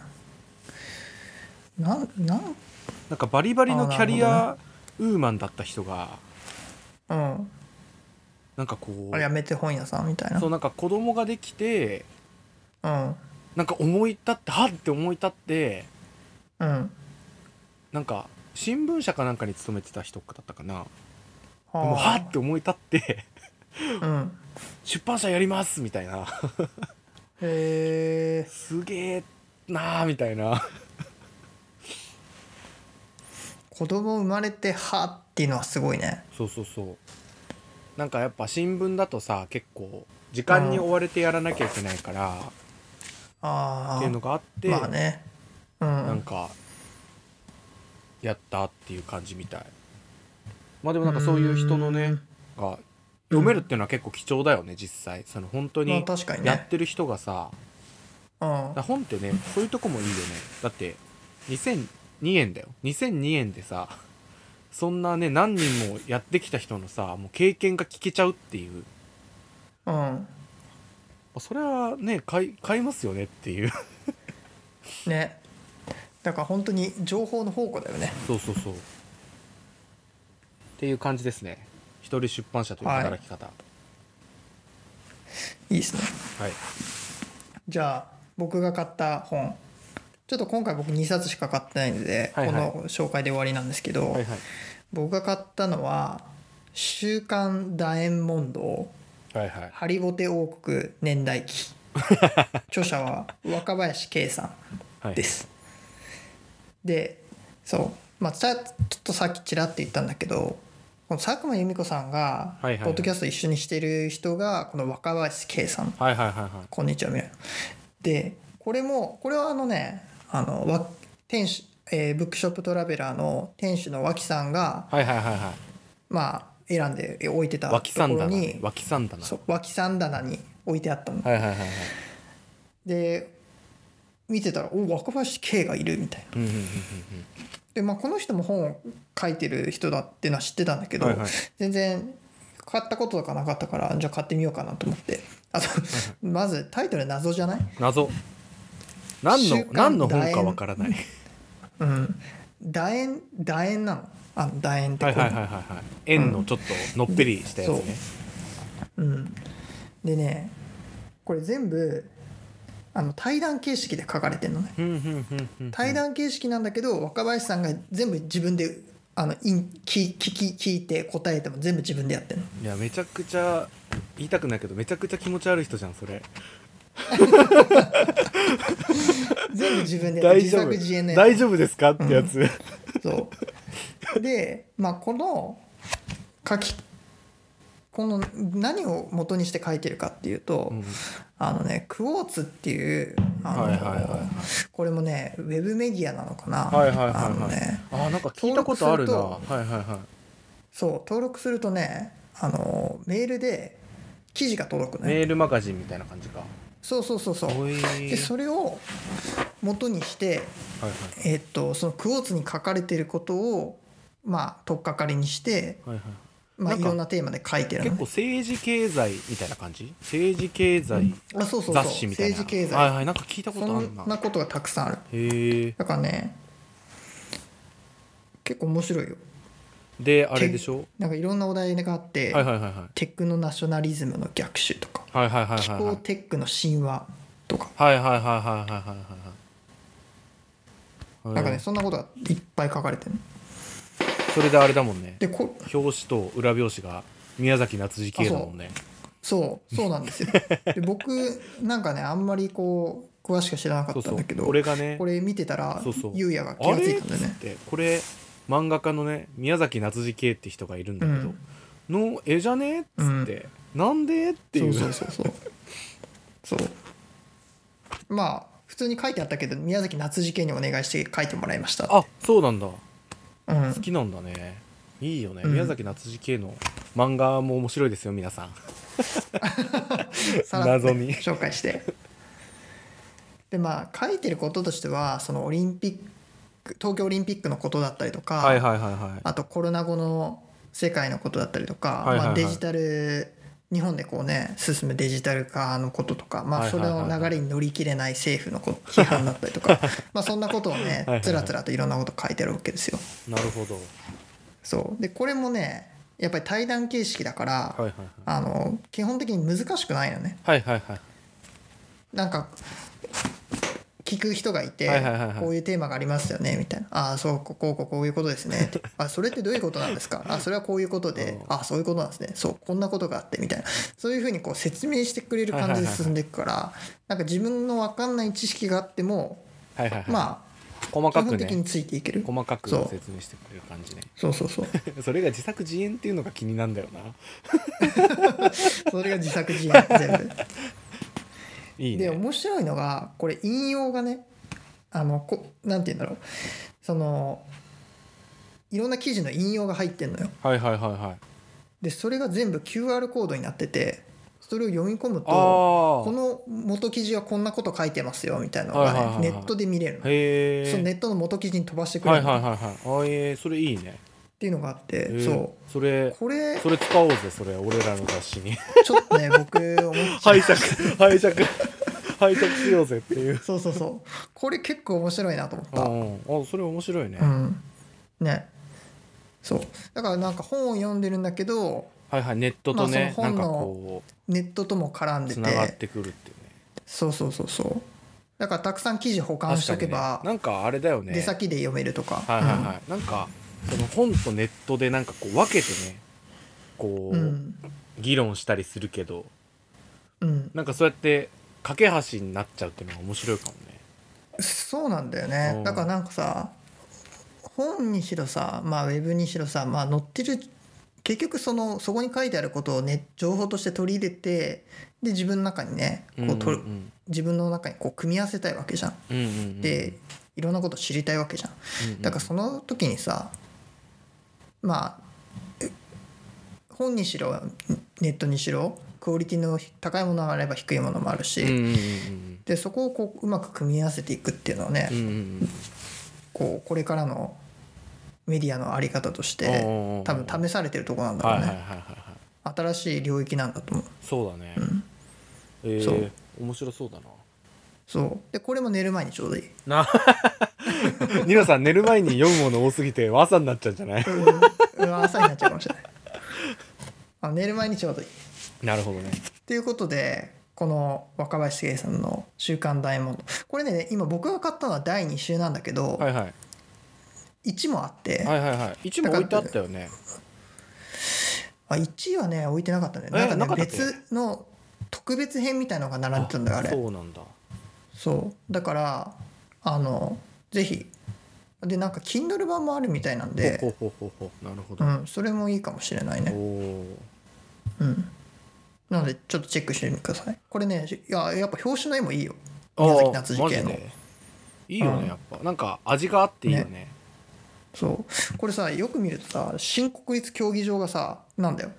[SPEAKER 2] あなんなん
[SPEAKER 1] なんかバリバリのキャリアウーマンだった人が
[SPEAKER 2] うん
[SPEAKER 1] なんかこ
[SPEAKER 2] あれや
[SPEAKER 1] う
[SPEAKER 2] めて本屋さんみたいな
[SPEAKER 1] そうなんか子供ができて
[SPEAKER 2] うん
[SPEAKER 1] なんか思い立ってはって思い立って
[SPEAKER 2] うん
[SPEAKER 1] なんか新聞社かなんかに勤めてた人だったかなでも
[SPEAKER 2] は
[SPEAKER 1] はって思い立って
[SPEAKER 2] うん
[SPEAKER 1] 出版社やりますみたいな
[SPEAKER 2] へえ
[SPEAKER 1] すげえなーみたいな
[SPEAKER 2] 子供生まれてはっていうのはすごいね
[SPEAKER 1] そうそうそうなんかやっぱ新聞だとさ結構時間に追われてやらなきゃいけないから
[SPEAKER 2] ああ
[SPEAKER 1] っていうのがあって、
[SPEAKER 2] まあねうん
[SPEAKER 1] なんかやったっていう感じみたいまあでもなんかそういう人のねが読めるっていうのは結構貴重だよね実際その本当
[SPEAKER 2] まあ
[SPEAKER 1] に
[SPEAKER 2] 確かに
[SPEAKER 1] やっ
[SPEAKER 2] ね
[SPEAKER 1] てる人がさ
[SPEAKER 2] うん
[SPEAKER 1] だから本ってねそういうとこもいいよねだって2002円だよ2002円でさそんなね何人もやってきた人のさもう経験が聞けちゃうっていう
[SPEAKER 2] うん
[SPEAKER 1] それはね買い買いますよねって いう
[SPEAKER 2] ねだから本当に情報の宝庫だよね
[SPEAKER 1] そうそうそうっていう感じですね一人出版社という働き方
[SPEAKER 2] いいですね
[SPEAKER 1] はい、
[SPEAKER 2] じゃあ僕が買った本ちょっと今回僕2冊しか買ってないので、
[SPEAKER 1] はいはい
[SPEAKER 2] この紹介で終わりなんですけど、
[SPEAKER 1] はいはい
[SPEAKER 2] 僕が買ったのは「週刊楕円問答
[SPEAKER 1] はいはい
[SPEAKER 2] ハリボテ王国年代 記」著者は若林圭さ
[SPEAKER 1] は
[SPEAKER 2] ん
[SPEAKER 1] い
[SPEAKER 2] です。でそう、まあ、ちゃちょっとさっきちらっと言ったんだけどこの佐久間由美子さんがポ
[SPEAKER 1] はいはいはい
[SPEAKER 2] ッドキャスト一緒にしてる人がこの若林圭さん
[SPEAKER 1] はいはいはいはい
[SPEAKER 2] こんにちはみたいなでこれもこれはあのねあのわ店主、えーブックショップトラベラーの店主の脇さんが
[SPEAKER 1] はいはいはいはい
[SPEAKER 2] まあ選んで置いてた
[SPEAKER 1] 脇
[SPEAKER 2] とこ
[SPEAKER 1] さん
[SPEAKER 2] ろ
[SPEAKER 1] だな
[SPEAKER 2] に
[SPEAKER 1] 脇さんだな
[SPEAKER 2] そう脇さん棚に置いてあったの、
[SPEAKER 1] はいはいはいはい
[SPEAKER 2] で見てたら「お若林圭がいる」みたいな
[SPEAKER 1] うんうんうんうん
[SPEAKER 2] で、まあ、この人も本を書いてる人だっていうのは知ってたんだけど、
[SPEAKER 1] はいはい
[SPEAKER 2] 全然買ったこととかなかったからじゃあ買ってみようかなと思ってあとまずタイトル謎じゃない
[SPEAKER 1] 謎何の
[SPEAKER 2] 週刊
[SPEAKER 1] 何の本かわから ない
[SPEAKER 2] うん、楕円楕円なのあの楕円って
[SPEAKER 1] はい
[SPEAKER 2] こ、
[SPEAKER 1] うはいはいはいはい円のちょっとのっぺりしたやつね
[SPEAKER 2] うん、でねこれ全部あの対談形式で書かれてるのね
[SPEAKER 1] ふんふんふんふん
[SPEAKER 2] 対談形式なんだけど若林さんが全部自分であのイン聞聞き聞いて答えても全部自分でやってるの
[SPEAKER 1] いやめちゃくちゃ言いたくないけどめちゃくちゃ気持ち悪い人じゃんそれ
[SPEAKER 2] 全部自分でやって
[SPEAKER 1] 大
[SPEAKER 2] 自
[SPEAKER 1] 丈夫
[SPEAKER 2] 作自演のや
[SPEAKER 1] 大丈夫ですかってや つ、
[SPEAKER 2] つそうでまあこの書きこの何を元にして書いてるかっていうと、
[SPEAKER 1] うん
[SPEAKER 2] あのねクォーツっていうあの、
[SPEAKER 1] はいはいはいはい
[SPEAKER 2] これもねウェブメディアなのかな、
[SPEAKER 1] はいはいはい
[SPEAKER 2] あの
[SPEAKER 1] はい、
[SPEAKER 2] ね
[SPEAKER 1] あーなんか聞いたことあるなは
[SPEAKER 2] 登
[SPEAKER 1] いはいは
[SPEAKER 2] そう登録するとねあのメールで記事が届く
[SPEAKER 1] いメ
[SPEAKER 2] ね
[SPEAKER 1] ールマガジンみたいな感じか
[SPEAKER 2] そうそうそうそう
[SPEAKER 1] おい
[SPEAKER 2] でそれを元にして、
[SPEAKER 1] はい
[SPEAKER 2] えっとそのクォーツに書かれてることをまあ取っかかりにして、
[SPEAKER 1] はいはいはい
[SPEAKER 2] まあ、
[SPEAKER 1] なん
[SPEAKER 2] い
[SPEAKER 1] か
[SPEAKER 2] ろんなテーマで書いてるの
[SPEAKER 1] 結構
[SPEAKER 2] ね
[SPEAKER 1] 政治経済みたいな感じ政治経済
[SPEAKER 2] あそうそうそう
[SPEAKER 1] 雑誌みたいな
[SPEAKER 2] 政治経済、
[SPEAKER 1] はいはいなんか聞いたこ
[SPEAKER 2] そ
[SPEAKER 1] とある
[SPEAKER 2] ん
[SPEAKER 1] な
[SPEAKER 2] なことがたくさんある
[SPEAKER 1] へえ
[SPEAKER 2] だからね結構面白いよ
[SPEAKER 1] であれでしょ
[SPEAKER 2] なんかいろんなお題があって、
[SPEAKER 1] はいはいはいはい
[SPEAKER 2] テクノナショナリズムの逆襲とか、
[SPEAKER 1] はいはいはいはい
[SPEAKER 2] 気
[SPEAKER 1] はいはいはい
[SPEAKER 2] 候テックの神話とか、
[SPEAKER 1] はいはいはいはいはい
[SPEAKER 2] なんか
[SPEAKER 1] へ
[SPEAKER 2] ね
[SPEAKER 1] ー
[SPEAKER 2] そんなことがいっぱい書かれてる
[SPEAKER 1] それであれだもんね
[SPEAKER 2] でこ
[SPEAKER 1] 表紙と裏表紙が宮崎夏次系だもんね
[SPEAKER 2] そうそうな んですよで僕なんかねあんまりこう詳しく知らなか
[SPEAKER 1] そ
[SPEAKER 2] っ
[SPEAKER 1] う
[SPEAKER 2] た
[SPEAKER 1] そ
[SPEAKER 2] んだ
[SPEAKER 1] う
[SPEAKER 2] けど
[SPEAKER 1] これがね
[SPEAKER 2] これ見てたら
[SPEAKER 1] そうそう
[SPEAKER 2] ゆうやが気
[SPEAKER 1] あ
[SPEAKER 2] がつ
[SPEAKER 1] れ
[SPEAKER 2] い
[SPEAKER 1] った
[SPEAKER 2] んだよ
[SPEAKER 1] つっ
[SPEAKER 2] ね
[SPEAKER 1] てこれ漫画家のね宮崎夏次系って人がいるんだけど、の絵じゃねっつって、なんでって
[SPEAKER 2] そ
[SPEAKER 1] いうう
[SPEAKER 2] そうそうそうそうまあ普通に書いてあったけど宮崎夏事件にお願いして書いてもらいました
[SPEAKER 1] あそうなんだ
[SPEAKER 2] うん
[SPEAKER 1] 好きなんだねいいよね、
[SPEAKER 2] うん
[SPEAKER 1] 宮崎夏次系の漫画も面白いですよ皆さん
[SPEAKER 2] さらっと
[SPEAKER 1] 謎に
[SPEAKER 2] ね紹介してでまあ書いてることとしてはそのオリンピック東京オリンピックのことだったりとか、
[SPEAKER 1] はいはいはいはい
[SPEAKER 2] あとコロナ後の世界のことだったりとか、
[SPEAKER 1] はいはいはい
[SPEAKER 2] まあ、デジタル日本でこうね進むデジタル化のこととか、ま
[SPEAKER 1] は
[SPEAKER 2] あ、
[SPEAKER 1] い
[SPEAKER 2] そ
[SPEAKER 1] はい
[SPEAKER 2] れ
[SPEAKER 1] はいはい
[SPEAKER 2] の流れに乗り切れない政府のこ批判だったり とかまあそんなことをね
[SPEAKER 1] はいはい
[SPEAKER 2] つらつらといろんなこと書いてあるわけですよ。
[SPEAKER 1] なるほど
[SPEAKER 2] そうでこれもねやっぱり対談形式だから、
[SPEAKER 1] はいはい
[SPEAKER 2] あの基本的に難しくないよね。
[SPEAKER 1] はいはいはいはい
[SPEAKER 2] なんか聞く人がいて、
[SPEAKER 1] はいはいはいはい
[SPEAKER 2] こういうテーマがありましたよねみたいな「ああそうこうこうこういうことですね」って「あそれってどういうことなんですか?」「あそれはこういうことで
[SPEAKER 1] うん
[SPEAKER 2] あそういうことなんですねそうこんなことがあって」みたいなそういうふうにこう説明してくれる感じで進んでいくから、なんか自分の分かんない知識があっても
[SPEAKER 1] はいはいはい
[SPEAKER 2] ま
[SPEAKER 1] 細
[SPEAKER 2] あ基
[SPEAKER 1] か
[SPEAKER 2] 本
[SPEAKER 1] く
[SPEAKER 2] 的に
[SPEAKER 1] ね
[SPEAKER 2] ついていける、
[SPEAKER 1] 細かく
[SPEAKER 2] そう
[SPEAKER 1] 説明してくれる感じね
[SPEAKER 2] そうそうそう
[SPEAKER 1] それが自作自演っていうのが気になるんだよな
[SPEAKER 2] それが自作自演全部。
[SPEAKER 1] いいね
[SPEAKER 2] で面白いのがこれ引用がねあのこなんて言うんだろうそのいろんな記事の引用が入ってんのよ
[SPEAKER 1] はいはいはいはい
[SPEAKER 2] でそれが全部 QR コードになっててそれを読み込む
[SPEAKER 1] あ
[SPEAKER 2] と
[SPEAKER 1] あ
[SPEAKER 2] この元記事はこんなこと書いてますよみたいなのがね、
[SPEAKER 1] はいはいはいはい
[SPEAKER 2] ネットで見れるの
[SPEAKER 1] へえ
[SPEAKER 2] そのネットの元記事に飛ばしてくれ
[SPEAKER 1] はい
[SPEAKER 2] るの
[SPEAKER 1] はいはい
[SPEAKER 2] っ
[SPEAKER 1] はいあえー、それいいね、
[SPEAKER 2] ていうのがあって、
[SPEAKER 1] えー
[SPEAKER 2] そ
[SPEAKER 1] そうれ
[SPEAKER 2] これ
[SPEAKER 1] それ使おうぜそれ俺らの雑誌 に
[SPEAKER 2] ちょっとね僕思っちゃ
[SPEAKER 1] 拝借
[SPEAKER 2] う
[SPEAKER 1] 拝借拝借しようぜっていう
[SPEAKER 2] そうそうそうこれ結構面白いなと思っ
[SPEAKER 1] う
[SPEAKER 2] た
[SPEAKER 1] んうんあそれ面白いね、
[SPEAKER 2] うん、ねそうだからなんか本を読んでるんだけど
[SPEAKER 1] はいはいネットとね、
[SPEAKER 2] まあその
[SPEAKER 1] なんか
[SPEAKER 2] 本の
[SPEAKER 1] こ
[SPEAKER 2] ネットとも絡ん
[SPEAKER 1] うつ
[SPEAKER 2] でて
[SPEAKER 1] ながってくるっていうね
[SPEAKER 2] そうそうそうそうだからたくさん記事保管しとけば
[SPEAKER 1] 確かに、ねなんかあれだよね
[SPEAKER 2] 出先で読めるとか、
[SPEAKER 1] はいはいはい、なんかその本とネットでなんかこう分けてねこう、
[SPEAKER 2] うんうん
[SPEAKER 1] 議論したりするけど
[SPEAKER 2] うん、
[SPEAKER 1] なんかそうやって架け橋になっちゃうっていうのが面白いかもね
[SPEAKER 2] そうなんだよ
[SPEAKER 1] うん
[SPEAKER 2] ねだからなんかさ本にしろさ、まあ、ウェブにしろさ、まあ、載ってる結局そのそこに書いてあることを、ね、情報として取り入れてで自分の中にねこうとる、
[SPEAKER 1] うん
[SPEAKER 2] 自分の中にこう組み合わせたいわけじゃん。
[SPEAKER 1] うんうんうんうん
[SPEAKER 2] で、いろんなこと知りたいわけじゃん。
[SPEAKER 1] うんうん
[SPEAKER 2] だからその時にさまあえ本にしろネットにしろクオリティの高いものもあれば低いものもあるし、
[SPEAKER 1] うんうんうん
[SPEAKER 2] でそこをこううまく組み合わせていくっていうのはね、
[SPEAKER 1] うんうんうんうん
[SPEAKER 2] こうこれからのメディアのあり方とし
[SPEAKER 1] おー
[SPEAKER 2] て
[SPEAKER 1] おーおー
[SPEAKER 2] 多分試されてるとこなんだろ
[SPEAKER 1] は
[SPEAKER 2] う
[SPEAKER 1] い
[SPEAKER 2] ね、
[SPEAKER 1] はいはいはいはい
[SPEAKER 2] 新しい領域なんだと思う
[SPEAKER 1] そうだね、
[SPEAKER 2] ん
[SPEAKER 1] えー、
[SPEAKER 2] そう
[SPEAKER 1] 面白そうだな
[SPEAKER 2] そうでこれも寝る前にちょうどい い、
[SPEAKER 1] なニノさん寝る前に読むもの多すぎて朝になっちゃうんじゃない
[SPEAKER 2] うん朝になっちゃうかもしれないあ寝る前にちょうどいい
[SPEAKER 1] なるほどね
[SPEAKER 2] ということでこの若林茂さんの「週刊大物」これね今僕が買ったのは第2週なんだけど、
[SPEAKER 1] はいはい
[SPEAKER 2] 1もあって、
[SPEAKER 1] はいはいはい一も置いてあったよね
[SPEAKER 2] あ1はね置いてなかったね
[SPEAKER 1] え
[SPEAKER 2] なんかね
[SPEAKER 1] なかったっけ
[SPEAKER 2] 別の特別編みたいのが並んでたんだよあれ
[SPEAKER 1] そうなんだ
[SPEAKER 2] そうだからあのぜひでなんか Kindle 版もあるみたいなんで
[SPEAKER 1] ほうほうほうほうほうなるほ
[SPEAKER 2] う
[SPEAKER 1] ど、
[SPEAKER 2] ん、それもいいかもしれないね
[SPEAKER 1] おお
[SPEAKER 2] うんなのでちょっとチェックしてみてくださいこれねいややっぱ表紙の絵もいいよ
[SPEAKER 1] あ
[SPEAKER 2] 宮崎
[SPEAKER 1] ー
[SPEAKER 2] 夏樹系
[SPEAKER 1] マ
[SPEAKER 2] の
[SPEAKER 1] ジでいいよね、
[SPEAKER 2] うん
[SPEAKER 1] やっぱなんか味があっていいよね
[SPEAKER 2] そうこれさよく見るとさ新国立競技場がさなんだよ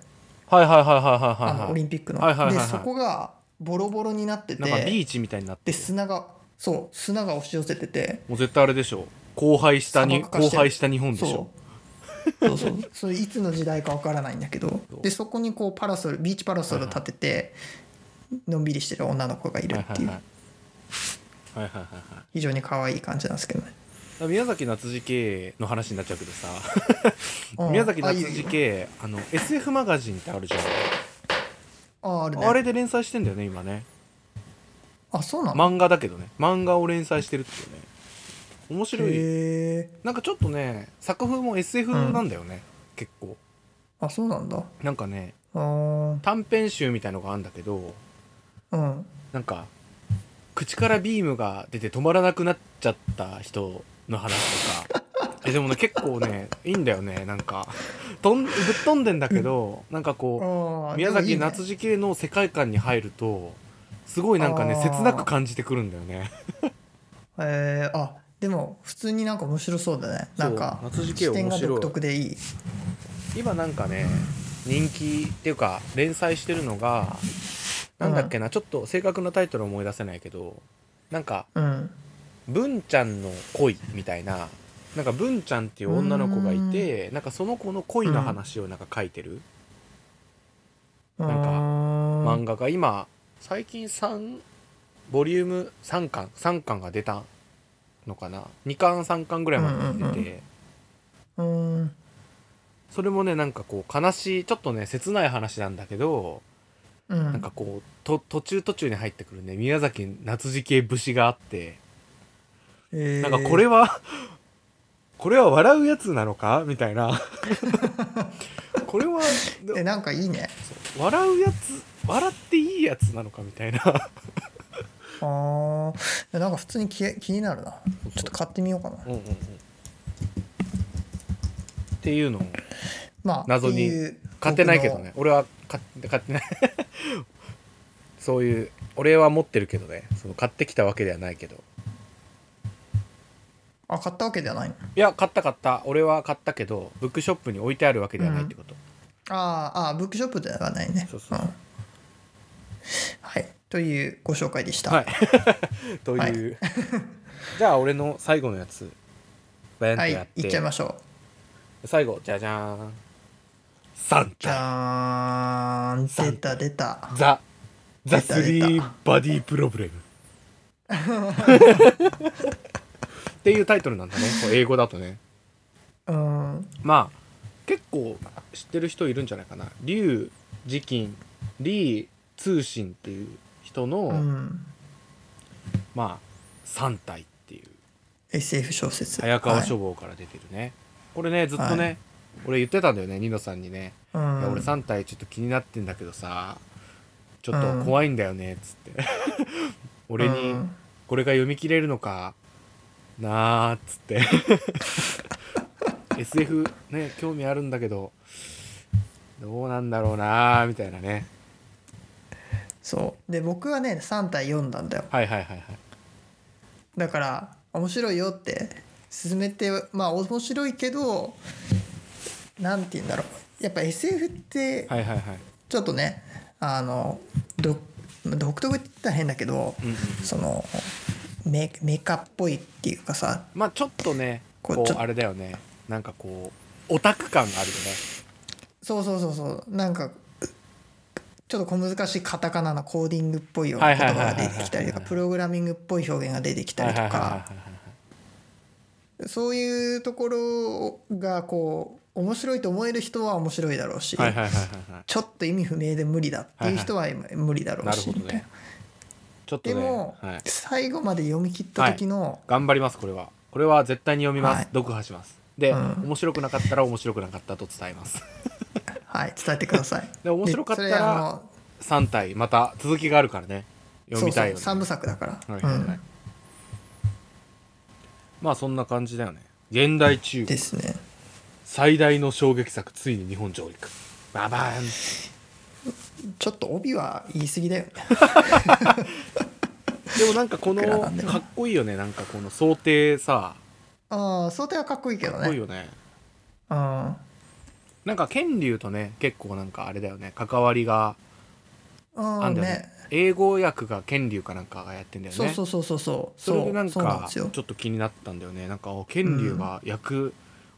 [SPEAKER 1] はいはいはいはいはい
[SPEAKER 2] あ
[SPEAKER 1] はい
[SPEAKER 2] の
[SPEAKER 1] は
[SPEAKER 2] オ
[SPEAKER 1] い
[SPEAKER 2] リンピックの、
[SPEAKER 1] はいはいはいはい
[SPEAKER 2] でそこがボロボロになってて
[SPEAKER 1] なんかビーチみたいになって
[SPEAKER 2] で
[SPEAKER 1] る
[SPEAKER 2] 砂がそう砂が押し寄せてて
[SPEAKER 1] もう絶対あれでしょ荒廃したに
[SPEAKER 2] 砂漠化し
[SPEAKER 1] 荒
[SPEAKER 2] てる
[SPEAKER 1] 廃した日本でしょ
[SPEAKER 2] そうそうそう それいつの時代かわからないんだけど
[SPEAKER 1] そう
[SPEAKER 2] でそこにこうパラソルビーチパラソル立ててのんびりしてる女の子がいる
[SPEAKER 1] はい
[SPEAKER 2] っ
[SPEAKER 1] は
[SPEAKER 2] て
[SPEAKER 1] い
[SPEAKER 2] い
[SPEAKER 1] はいうはいはいはいはい
[SPEAKER 2] 非常に可愛い感じなんですけどね、
[SPEAKER 1] だから宮崎夏樹系の話になっちゃうけどさ、
[SPEAKER 2] うん
[SPEAKER 1] 宮崎
[SPEAKER 2] あいい
[SPEAKER 1] 夏樹系あの SF マガジンってあるじゃん、
[SPEAKER 2] ああるね
[SPEAKER 1] あれで連載してんだよね今ね
[SPEAKER 2] あそうなの、
[SPEAKER 1] 漫画だけどね漫画を連載してるっていうね面白い
[SPEAKER 2] へえ
[SPEAKER 1] なんかちょっとね作風も SF なんだよね、結構
[SPEAKER 2] あそうなんだ
[SPEAKER 1] なんかね
[SPEAKER 2] あー
[SPEAKER 1] 短編集みたいのがあるんだけど
[SPEAKER 2] うん
[SPEAKER 1] なんか口からビームが出て止まらなくなっちゃった人の話とかえでもね結構ねいいんだよねなんかとんぶっ飛んでんだけどなんかこう
[SPEAKER 2] ああ
[SPEAKER 1] 宮崎夏樹
[SPEAKER 2] 樹
[SPEAKER 1] 系の世界観に入るとすごいなんかね
[SPEAKER 2] あー
[SPEAKER 1] 切なく感じてくるんだよね
[SPEAKER 2] えー、あでも普通になんか面白そうだねなんか
[SPEAKER 1] そう夏樹系
[SPEAKER 2] 視点
[SPEAKER 1] 面
[SPEAKER 2] が
[SPEAKER 1] 白
[SPEAKER 2] 独
[SPEAKER 1] い
[SPEAKER 2] 特でいい
[SPEAKER 1] 今なんかね人気っていうか連載してるのがなんだっけな、ちょっと正確なタイトル思い出せないけどなんか
[SPEAKER 2] うん
[SPEAKER 1] 文ちゃんの恋みたいななんか文ちゃんっていう女の子がいてなんかその子の恋の話をなんか書いてるなんか漫
[SPEAKER 2] 漫
[SPEAKER 1] 画が今最近3ボリューム3巻3巻が出たのかな2巻3巻ぐらいまで出てて、
[SPEAKER 2] 画うん
[SPEAKER 1] それもねなんかこう悲しいちょっとね切ない話なんだけど、
[SPEAKER 2] うん
[SPEAKER 1] なんかこうと途中途中に入ってくるね宮崎夏樹系節があって、
[SPEAKER 2] え
[SPEAKER 1] なんかこれ
[SPEAKER 2] は
[SPEAKER 1] は これは笑うやつなのかみたい なこれは
[SPEAKER 2] えなんかいいね
[SPEAKER 1] 笑うやつ笑っていいやつなのかみたいな
[SPEAKER 2] あーいやなんか普通に気気になるなちょっと買ってみようかな
[SPEAKER 1] うんうんうんっていうのを
[SPEAKER 2] まあ
[SPEAKER 1] 謎に
[SPEAKER 2] っていう
[SPEAKER 1] 買ってないけどね俺は買って買ってない そういう俺は持ってるけどねその買ってきたわけではないけど
[SPEAKER 2] 僕のあ買ったわけではないの
[SPEAKER 1] いや買った買った俺は買ったけどブックショップに置いてあるわけではないってこと、
[SPEAKER 2] あーあーブックショップではないね
[SPEAKER 1] そうそうん
[SPEAKER 2] はいというご紹介でした
[SPEAKER 1] はい という、 じゃあ俺の最後のやつバヤンっ
[SPEAKER 2] は
[SPEAKER 1] て
[SPEAKER 2] い
[SPEAKER 1] やっ
[SPEAKER 2] 行
[SPEAKER 1] て、
[SPEAKER 2] っちゃいましょう
[SPEAKER 1] 最後じゃじゃーんサン
[SPEAKER 2] じ
[SPEAKER 1] タ
[SPEAKER 2] ゃーん
[SPEAKER 1] 三
[SPEAKER 2] 出た出た
[SPEAKER 1] ザザ
[SPEAKER 2] 出た出た
[SPEAKER 1] スリーバディプロブレ ムっていうタイトルなんだねこう英語だとね
[SPEAKER 2] うん
[SPEAKER 1] まあ結構知ってる人いるんじゃないかな劉慈欣李通信っていう人の、
[SPEAKER 2] うん
[SPEAKER 1] まあ3体っていう
[SPEAKER 2] SF 小説
[SPEAKER 1] 早川書
[SPEAKER 2] は
[SPEAKER 1] 房
[SPEAKER 2] い
[SPEAKER 1] から出てるね、これねずっとね、
[SPEAKER 2] は
[SPEAKER 1] 俺言ってたんだよねニノさんにね、
[SPEAKER 2] う
[SPEAKER 1] いや
[SPEAKER 2] ん、
[SPEAKER 1] 俺3体ちょっと気になってんだけどさちょっと怖いんだよねっつって、 俺に
[SPEAKER 2] うん
[SPEAKER 1] これが読み切れるのかなーっつって SF ね興味あるんだけどどうなんだろうなーみたいなね
[SPEAKER 2] そうで僕はね3体読んだんだよ
[SPEAKER 1] はいはいはいはい
[SPEAKER 2] だから面白いよって進めてまあ面白いけどなんて言うんだろうやっぱ SF って
[SPEAKER 1] はいはいはい
[SPEAKER 2] ちょっとねあのど独特って言ったら変だけど、
[SPEAKER 1] うんうん
[SPEAKER 2] そのメメカっぽいっていうかさ
[SPEAKER 1] まあちょっとね
[SPEAKER 2] こう
[SPEAKER 1] こ
[SPEAKER 2] ち
[SPEAKER 1] う
[SPEAKER 2] ょ
[SPEAKER 1] あれだよねなんかこうオタク感があるよね
[SPEAKER 2] そうそうそうそうなんかちょっと小難しいカタカナのコーディングっぽいよう
[SPEAKER 1] は
[SPEAKER 2] ない言
[SPEAKER 1] はい
[SPEAKER 2] 葉
[SPEAKER 1] はいはい
[SPEAKER 2] が出てきたりとかプログラミングっぽい表現が出てきたりと
[SPEAKER 1] はいはいはいは
[SPEAKER 2] か
[SPEAKER 1] いはい
[SPEAKER 2] そういうところがこう面白いと思える人は面白いだろうし、
[SPEAKER 1] はいはいはいはいはい
[SPEAKER 2] ちょっと意味不明で無理だっていう人は今無理だろう
[SPEAKER 1] なる
[SPEAKER 2] し、
[SPEAKER 1] ほどねちょっと
[SPEAKER 2] で
[SPEAKER 1] ね
[SPEAKER 2] も、
[SPEAKER 1] はい、
[SPEAKER 2] 最後まで読み切った時の、
[SPEAKER 1] 頑張りますこれはこれは絶対に読みます、
[SPEAKER 2] はい
[SPEAKER 1] 読破しますで、
[SPEAKER 2] うん
[SPEAKER 1] 面白くなかったら面白くなかったと伝えます
[SPEAKER 2] はい伝えてください
[SPEAKER 1] で面白かったら
[SPEAKER 2] でそれあの
[SPEAKER 1] 3体また続きがあるからね読みたいよね
[SPEAKER 2] そうそう3部作だから、
[SPEAKER 1] はいはいはい
[SPEAKER 2] うん
[SPEAKER 1] まあそんな感じだよね現代中
[SPEAKER 2] で
[SPEAKER 1] 国
[SPEAKER 2] すね
[SPEAKER 1] 最大の衝撃作ついに日本上陸ババーン
[SPEAKER 2] ちょっと帯は言い過ぎだよね
[SPEAKER 1] でもなんかこの
[SPEAKER 2] いくらなんでも
[SPEAKER 1] かっこいいよねなんかこの想定さ
[SPEAKER 2] ああ想定はかっこいいけど
[SPEAKER 1] かっこいい
[SPEAKER 2] ね
[SPEAKER 1] よね
[SPEAKER 2] うん
[SPEAKER 1] なんか剣竜とね結構なんかあれだよね関わりがあ
[SPEAKER 2] うんん
[SPEAKER 1] だよね
[SPEAKER 2] ね
[SPEAKER 1] 英語訳が剣竜かなんかがやってんだよね
[SPEAKER 2] そうそうそうそうそう
[SPEAKER 1] それでなん
[SPEAKER 2] そうなん
[SPEAKER 1] か
[SPEAKER 2] です
[SPEAKER 1] ちょ
[SPEAKER 2] よ
[SPEAKER 1] っと気になったんだよねなんかお権竜が役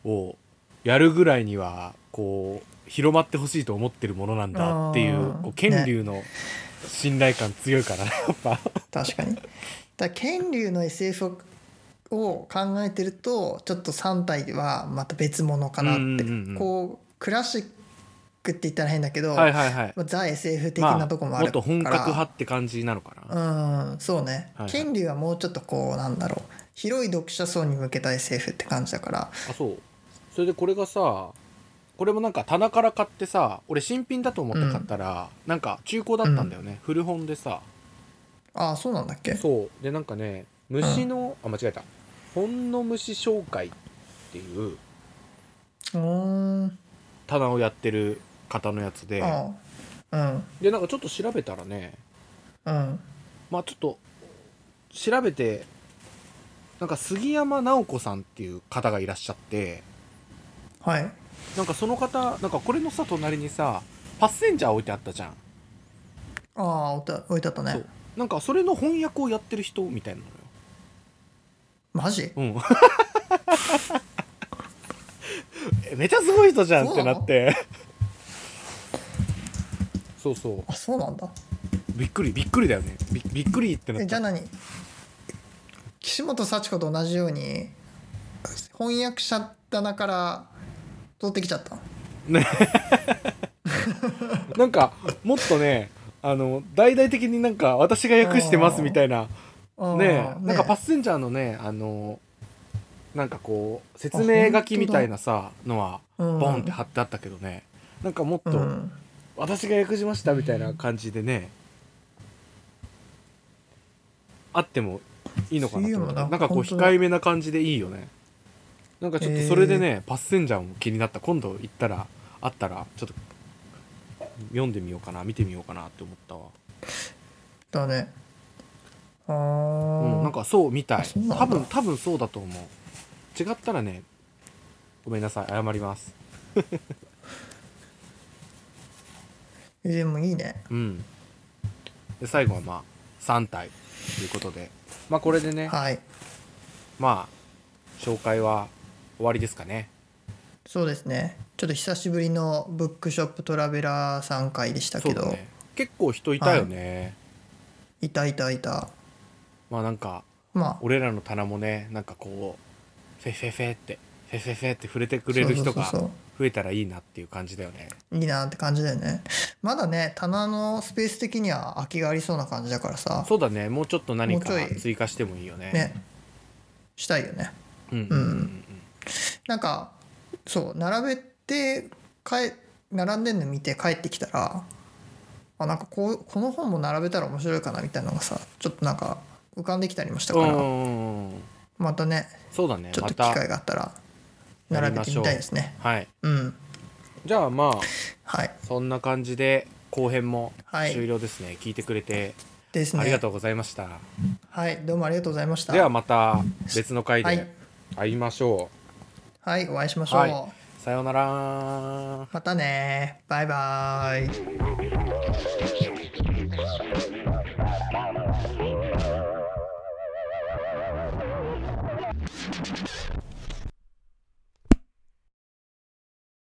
[SPEAKER 1] をやるぐらいにはこう広まってほしいと思ってるものなんだっていう
[SPEAKER 2] うん
[SPEAKER 1] こう権竜の信頼感強いからねやっぱ
[SPEAKER 2] 確かにだから剣竜の SF を考えてるとちょっと3体はまた別物かなって、
[SPEAKER 1] うんうんうんうん
[SPEAKER 2] こうクラシックって言ったら変だけど、
[SPEAKER 1] はいはいはい
[SPEAKER 2] まあザ・ SF 的
[SPEAKER 1] ま
[SPEAKER 2] なとこもあ
[SPEAKER 1] もっ
[SPEAKER 2] るか
[SPEAKER 1] と
[SPEAKER 2] ら、
[SPEAKER 1] 本格派って感じなのかな
[SPEAKER 2] うんそうね
[SPEAKER 1] はいはい
[SPEAKER 2] 権竜はもうちょっとこうなんだろう広い読者層に向けた SF って感じだから
[SPEAKER 1] あそうそれでこれがさこれもなんか棚から買ってさ俺新品だと思って買ったら、なんか中古だったんだよね、古本でさ
[SPEAKER 2] ああそうなんだっけ
[SPEAKER 1] そうでなんかね虫の、あ間違えた「ほんの虫紹介」っていう
[SPEAKER 2] うーん
[SPEAKER 1] 棚をやってる方のやつで
[SPEAKER 2] ああうん
[SPEAKER 1] でなんかちょっと調べたらね
[SPEAKER 2] うん
[SPEAKER 1] まあちょっと調べてなんか杉山直子さんっていう方がいらっしゃって
[SPEAKER 2] はい
[SPEAKER 1] なんかその方なんかこれのさ隣にさパッセンジャー置いてあったじゃん、
[SPEAKER 2] ああ置いた置いてあった
[SPEAKER 1] そ
[SPEAKER 2] ね
[SPEAKER 1] うなんかそれの翻訳をやってる人みたいなのよ
[SPEAKER 2] マジ
[SPEAKER 1] うんえめちゃすごい人じゃんってなってそうそ
[SPEAKER 2] あそうなんだ
[SPEAKER 1] うびっくりびっくりだよねびびっくりってな
[SPEAKER 2] え
[SPEAKER 1] っ
[SPEAKER 2] じゃあ
[SPEAKER 1] た
[SPEAKER 2] 何岸本幸子と同じように翻訳者棚から取ってきちゃったの
[SPEAKER 1] なんかもっとねあの大々的になんか私が訳してますみたいな
[SPEAKER 2] ああ
[SPEAKER 1] ねえなんかパッ
[SPEAKER 2] ね
[SPEAKER 1] センジャーのねあのなんかこう説明書きみたいなさのは
[SPEAKER 2] うん
[SPEAKER 1] ボンって貼ってあったけどねなんかもっ
[SPEAKER 2] う
[SPEAKER 1] と
[SPEAKER 2] ん
[SPEAKER 1] 私が訳しましたみたいな感じでねあってもいいのかなと思っ
[SPEAKER 2] いいよ
[SPEAKER 1] た
[SPEAKER 2] な
[SPEAKER 1] なんかこう
[SPEAKER 2] 本当だ
[SPEAKER 1] 控えめな感じでいいよねなんかちょっとそれでね、パッセンジャーも気になった今度行ったらあったらちょっと読んでみようかな見てみようかなって思ったわ、
[SPEAKER 2] だねああ、
[SPEAKER 1] うん、なんかそうみた
[SPEAKER 2] あ
[SPEAKER 1] い
[SPEAKER 2] そうなんだ
[SPEAKER 1] 多分多分そうだと思う違ったらねごめんなさい謝ります
[SPEAKER 2] えでもいいね
[SPEAKER 1] うんで最後はまあ3体ということでまあこれでね
[SPEAKER 2] はい
[SPEAKER 1] まあ紹介は終わりですかね
[SPEAKER 2] そうですねちょっと久しぶりのブックショップトラベラー3回でした
[SPEAKER 1] そ
[SPEAKER 2] け
[SPEAKER 1] うだ
[SPEAKER 2] ど、
[SPEAKER 1] ね結構人いたよね、
[SPEAKER 2] いたいたいた
[SPEAKER 1] まあなんか
[SPEAKER 2] まあ
[SPEAKER 1] 俺らの棚もねなんかこうフェフェフェってせせせって触れてくれる人が
[SPEAKER 2] そうそうそう
[SPEAKER 1] 増えたらいいなっていう感じだよね
[SPEAKER 2] いいなって感じだよねまだね棚のスペース的には空きがありそうな感じだからさ
[SPEAKER 1] そうだねもうちょっと何か
[SPEAKER 2] もうちょい
[SPEAKER 1] 追加してもいいよね
[SPEAKER 2] ねしたいよね
[SPEAKER 1] うんうん
[SPEAKER 2] うんなんかそう並べてかえ並んでんの見て帰ってきたらあなんかこうこの本も並べたら面白いかなみたいなのがさちょっとなんか浮かんできたりもした
[SPEAKER 1] う
[SPEAKER 2] か
[SPEAKER 1] ん
[SPEAKER 2] ら、
[SPEAKER 1] うんうん
[SPEAKER 2] またね
[SPEAKER 1] そうだね
[SPEAKER 2] ちょっ
[SPEAKER 1] ま
[SPEAKER 2] と機
[SPEAKER 1] た
[SPEAKER 2] 会があったら並べてみたいですね
[SPEAKER 1] はい
[SPEAKER 2] うん
[SPEAKER 1] じゃあまあ
[SPEAKER 2] はい
[SPEAKER 1] そんな感じで後編も
[SPEAKER 2] はい
[SPEAKER 1] 終了ですね、聞いてくれて
[SPEAKER 2] ですね
[SPEAKER 1] ありがとうございました、
[SPEAKER 2] はいどうもありがとうございました
[SPEAKER 1] ではまた別の回
[SPEAKER 2] は
[SPEAKER 1] で
[SPEAKER 2] い
[SPEAKER 1] 会いましょ
[SPEAKER 2] はいお会いしまし
[SPEAKER 1] う、
[SPEAKER 2] ょう、
[SPEAKER 1] はい、さようなら
[SPEAKER 2] またねバイバイ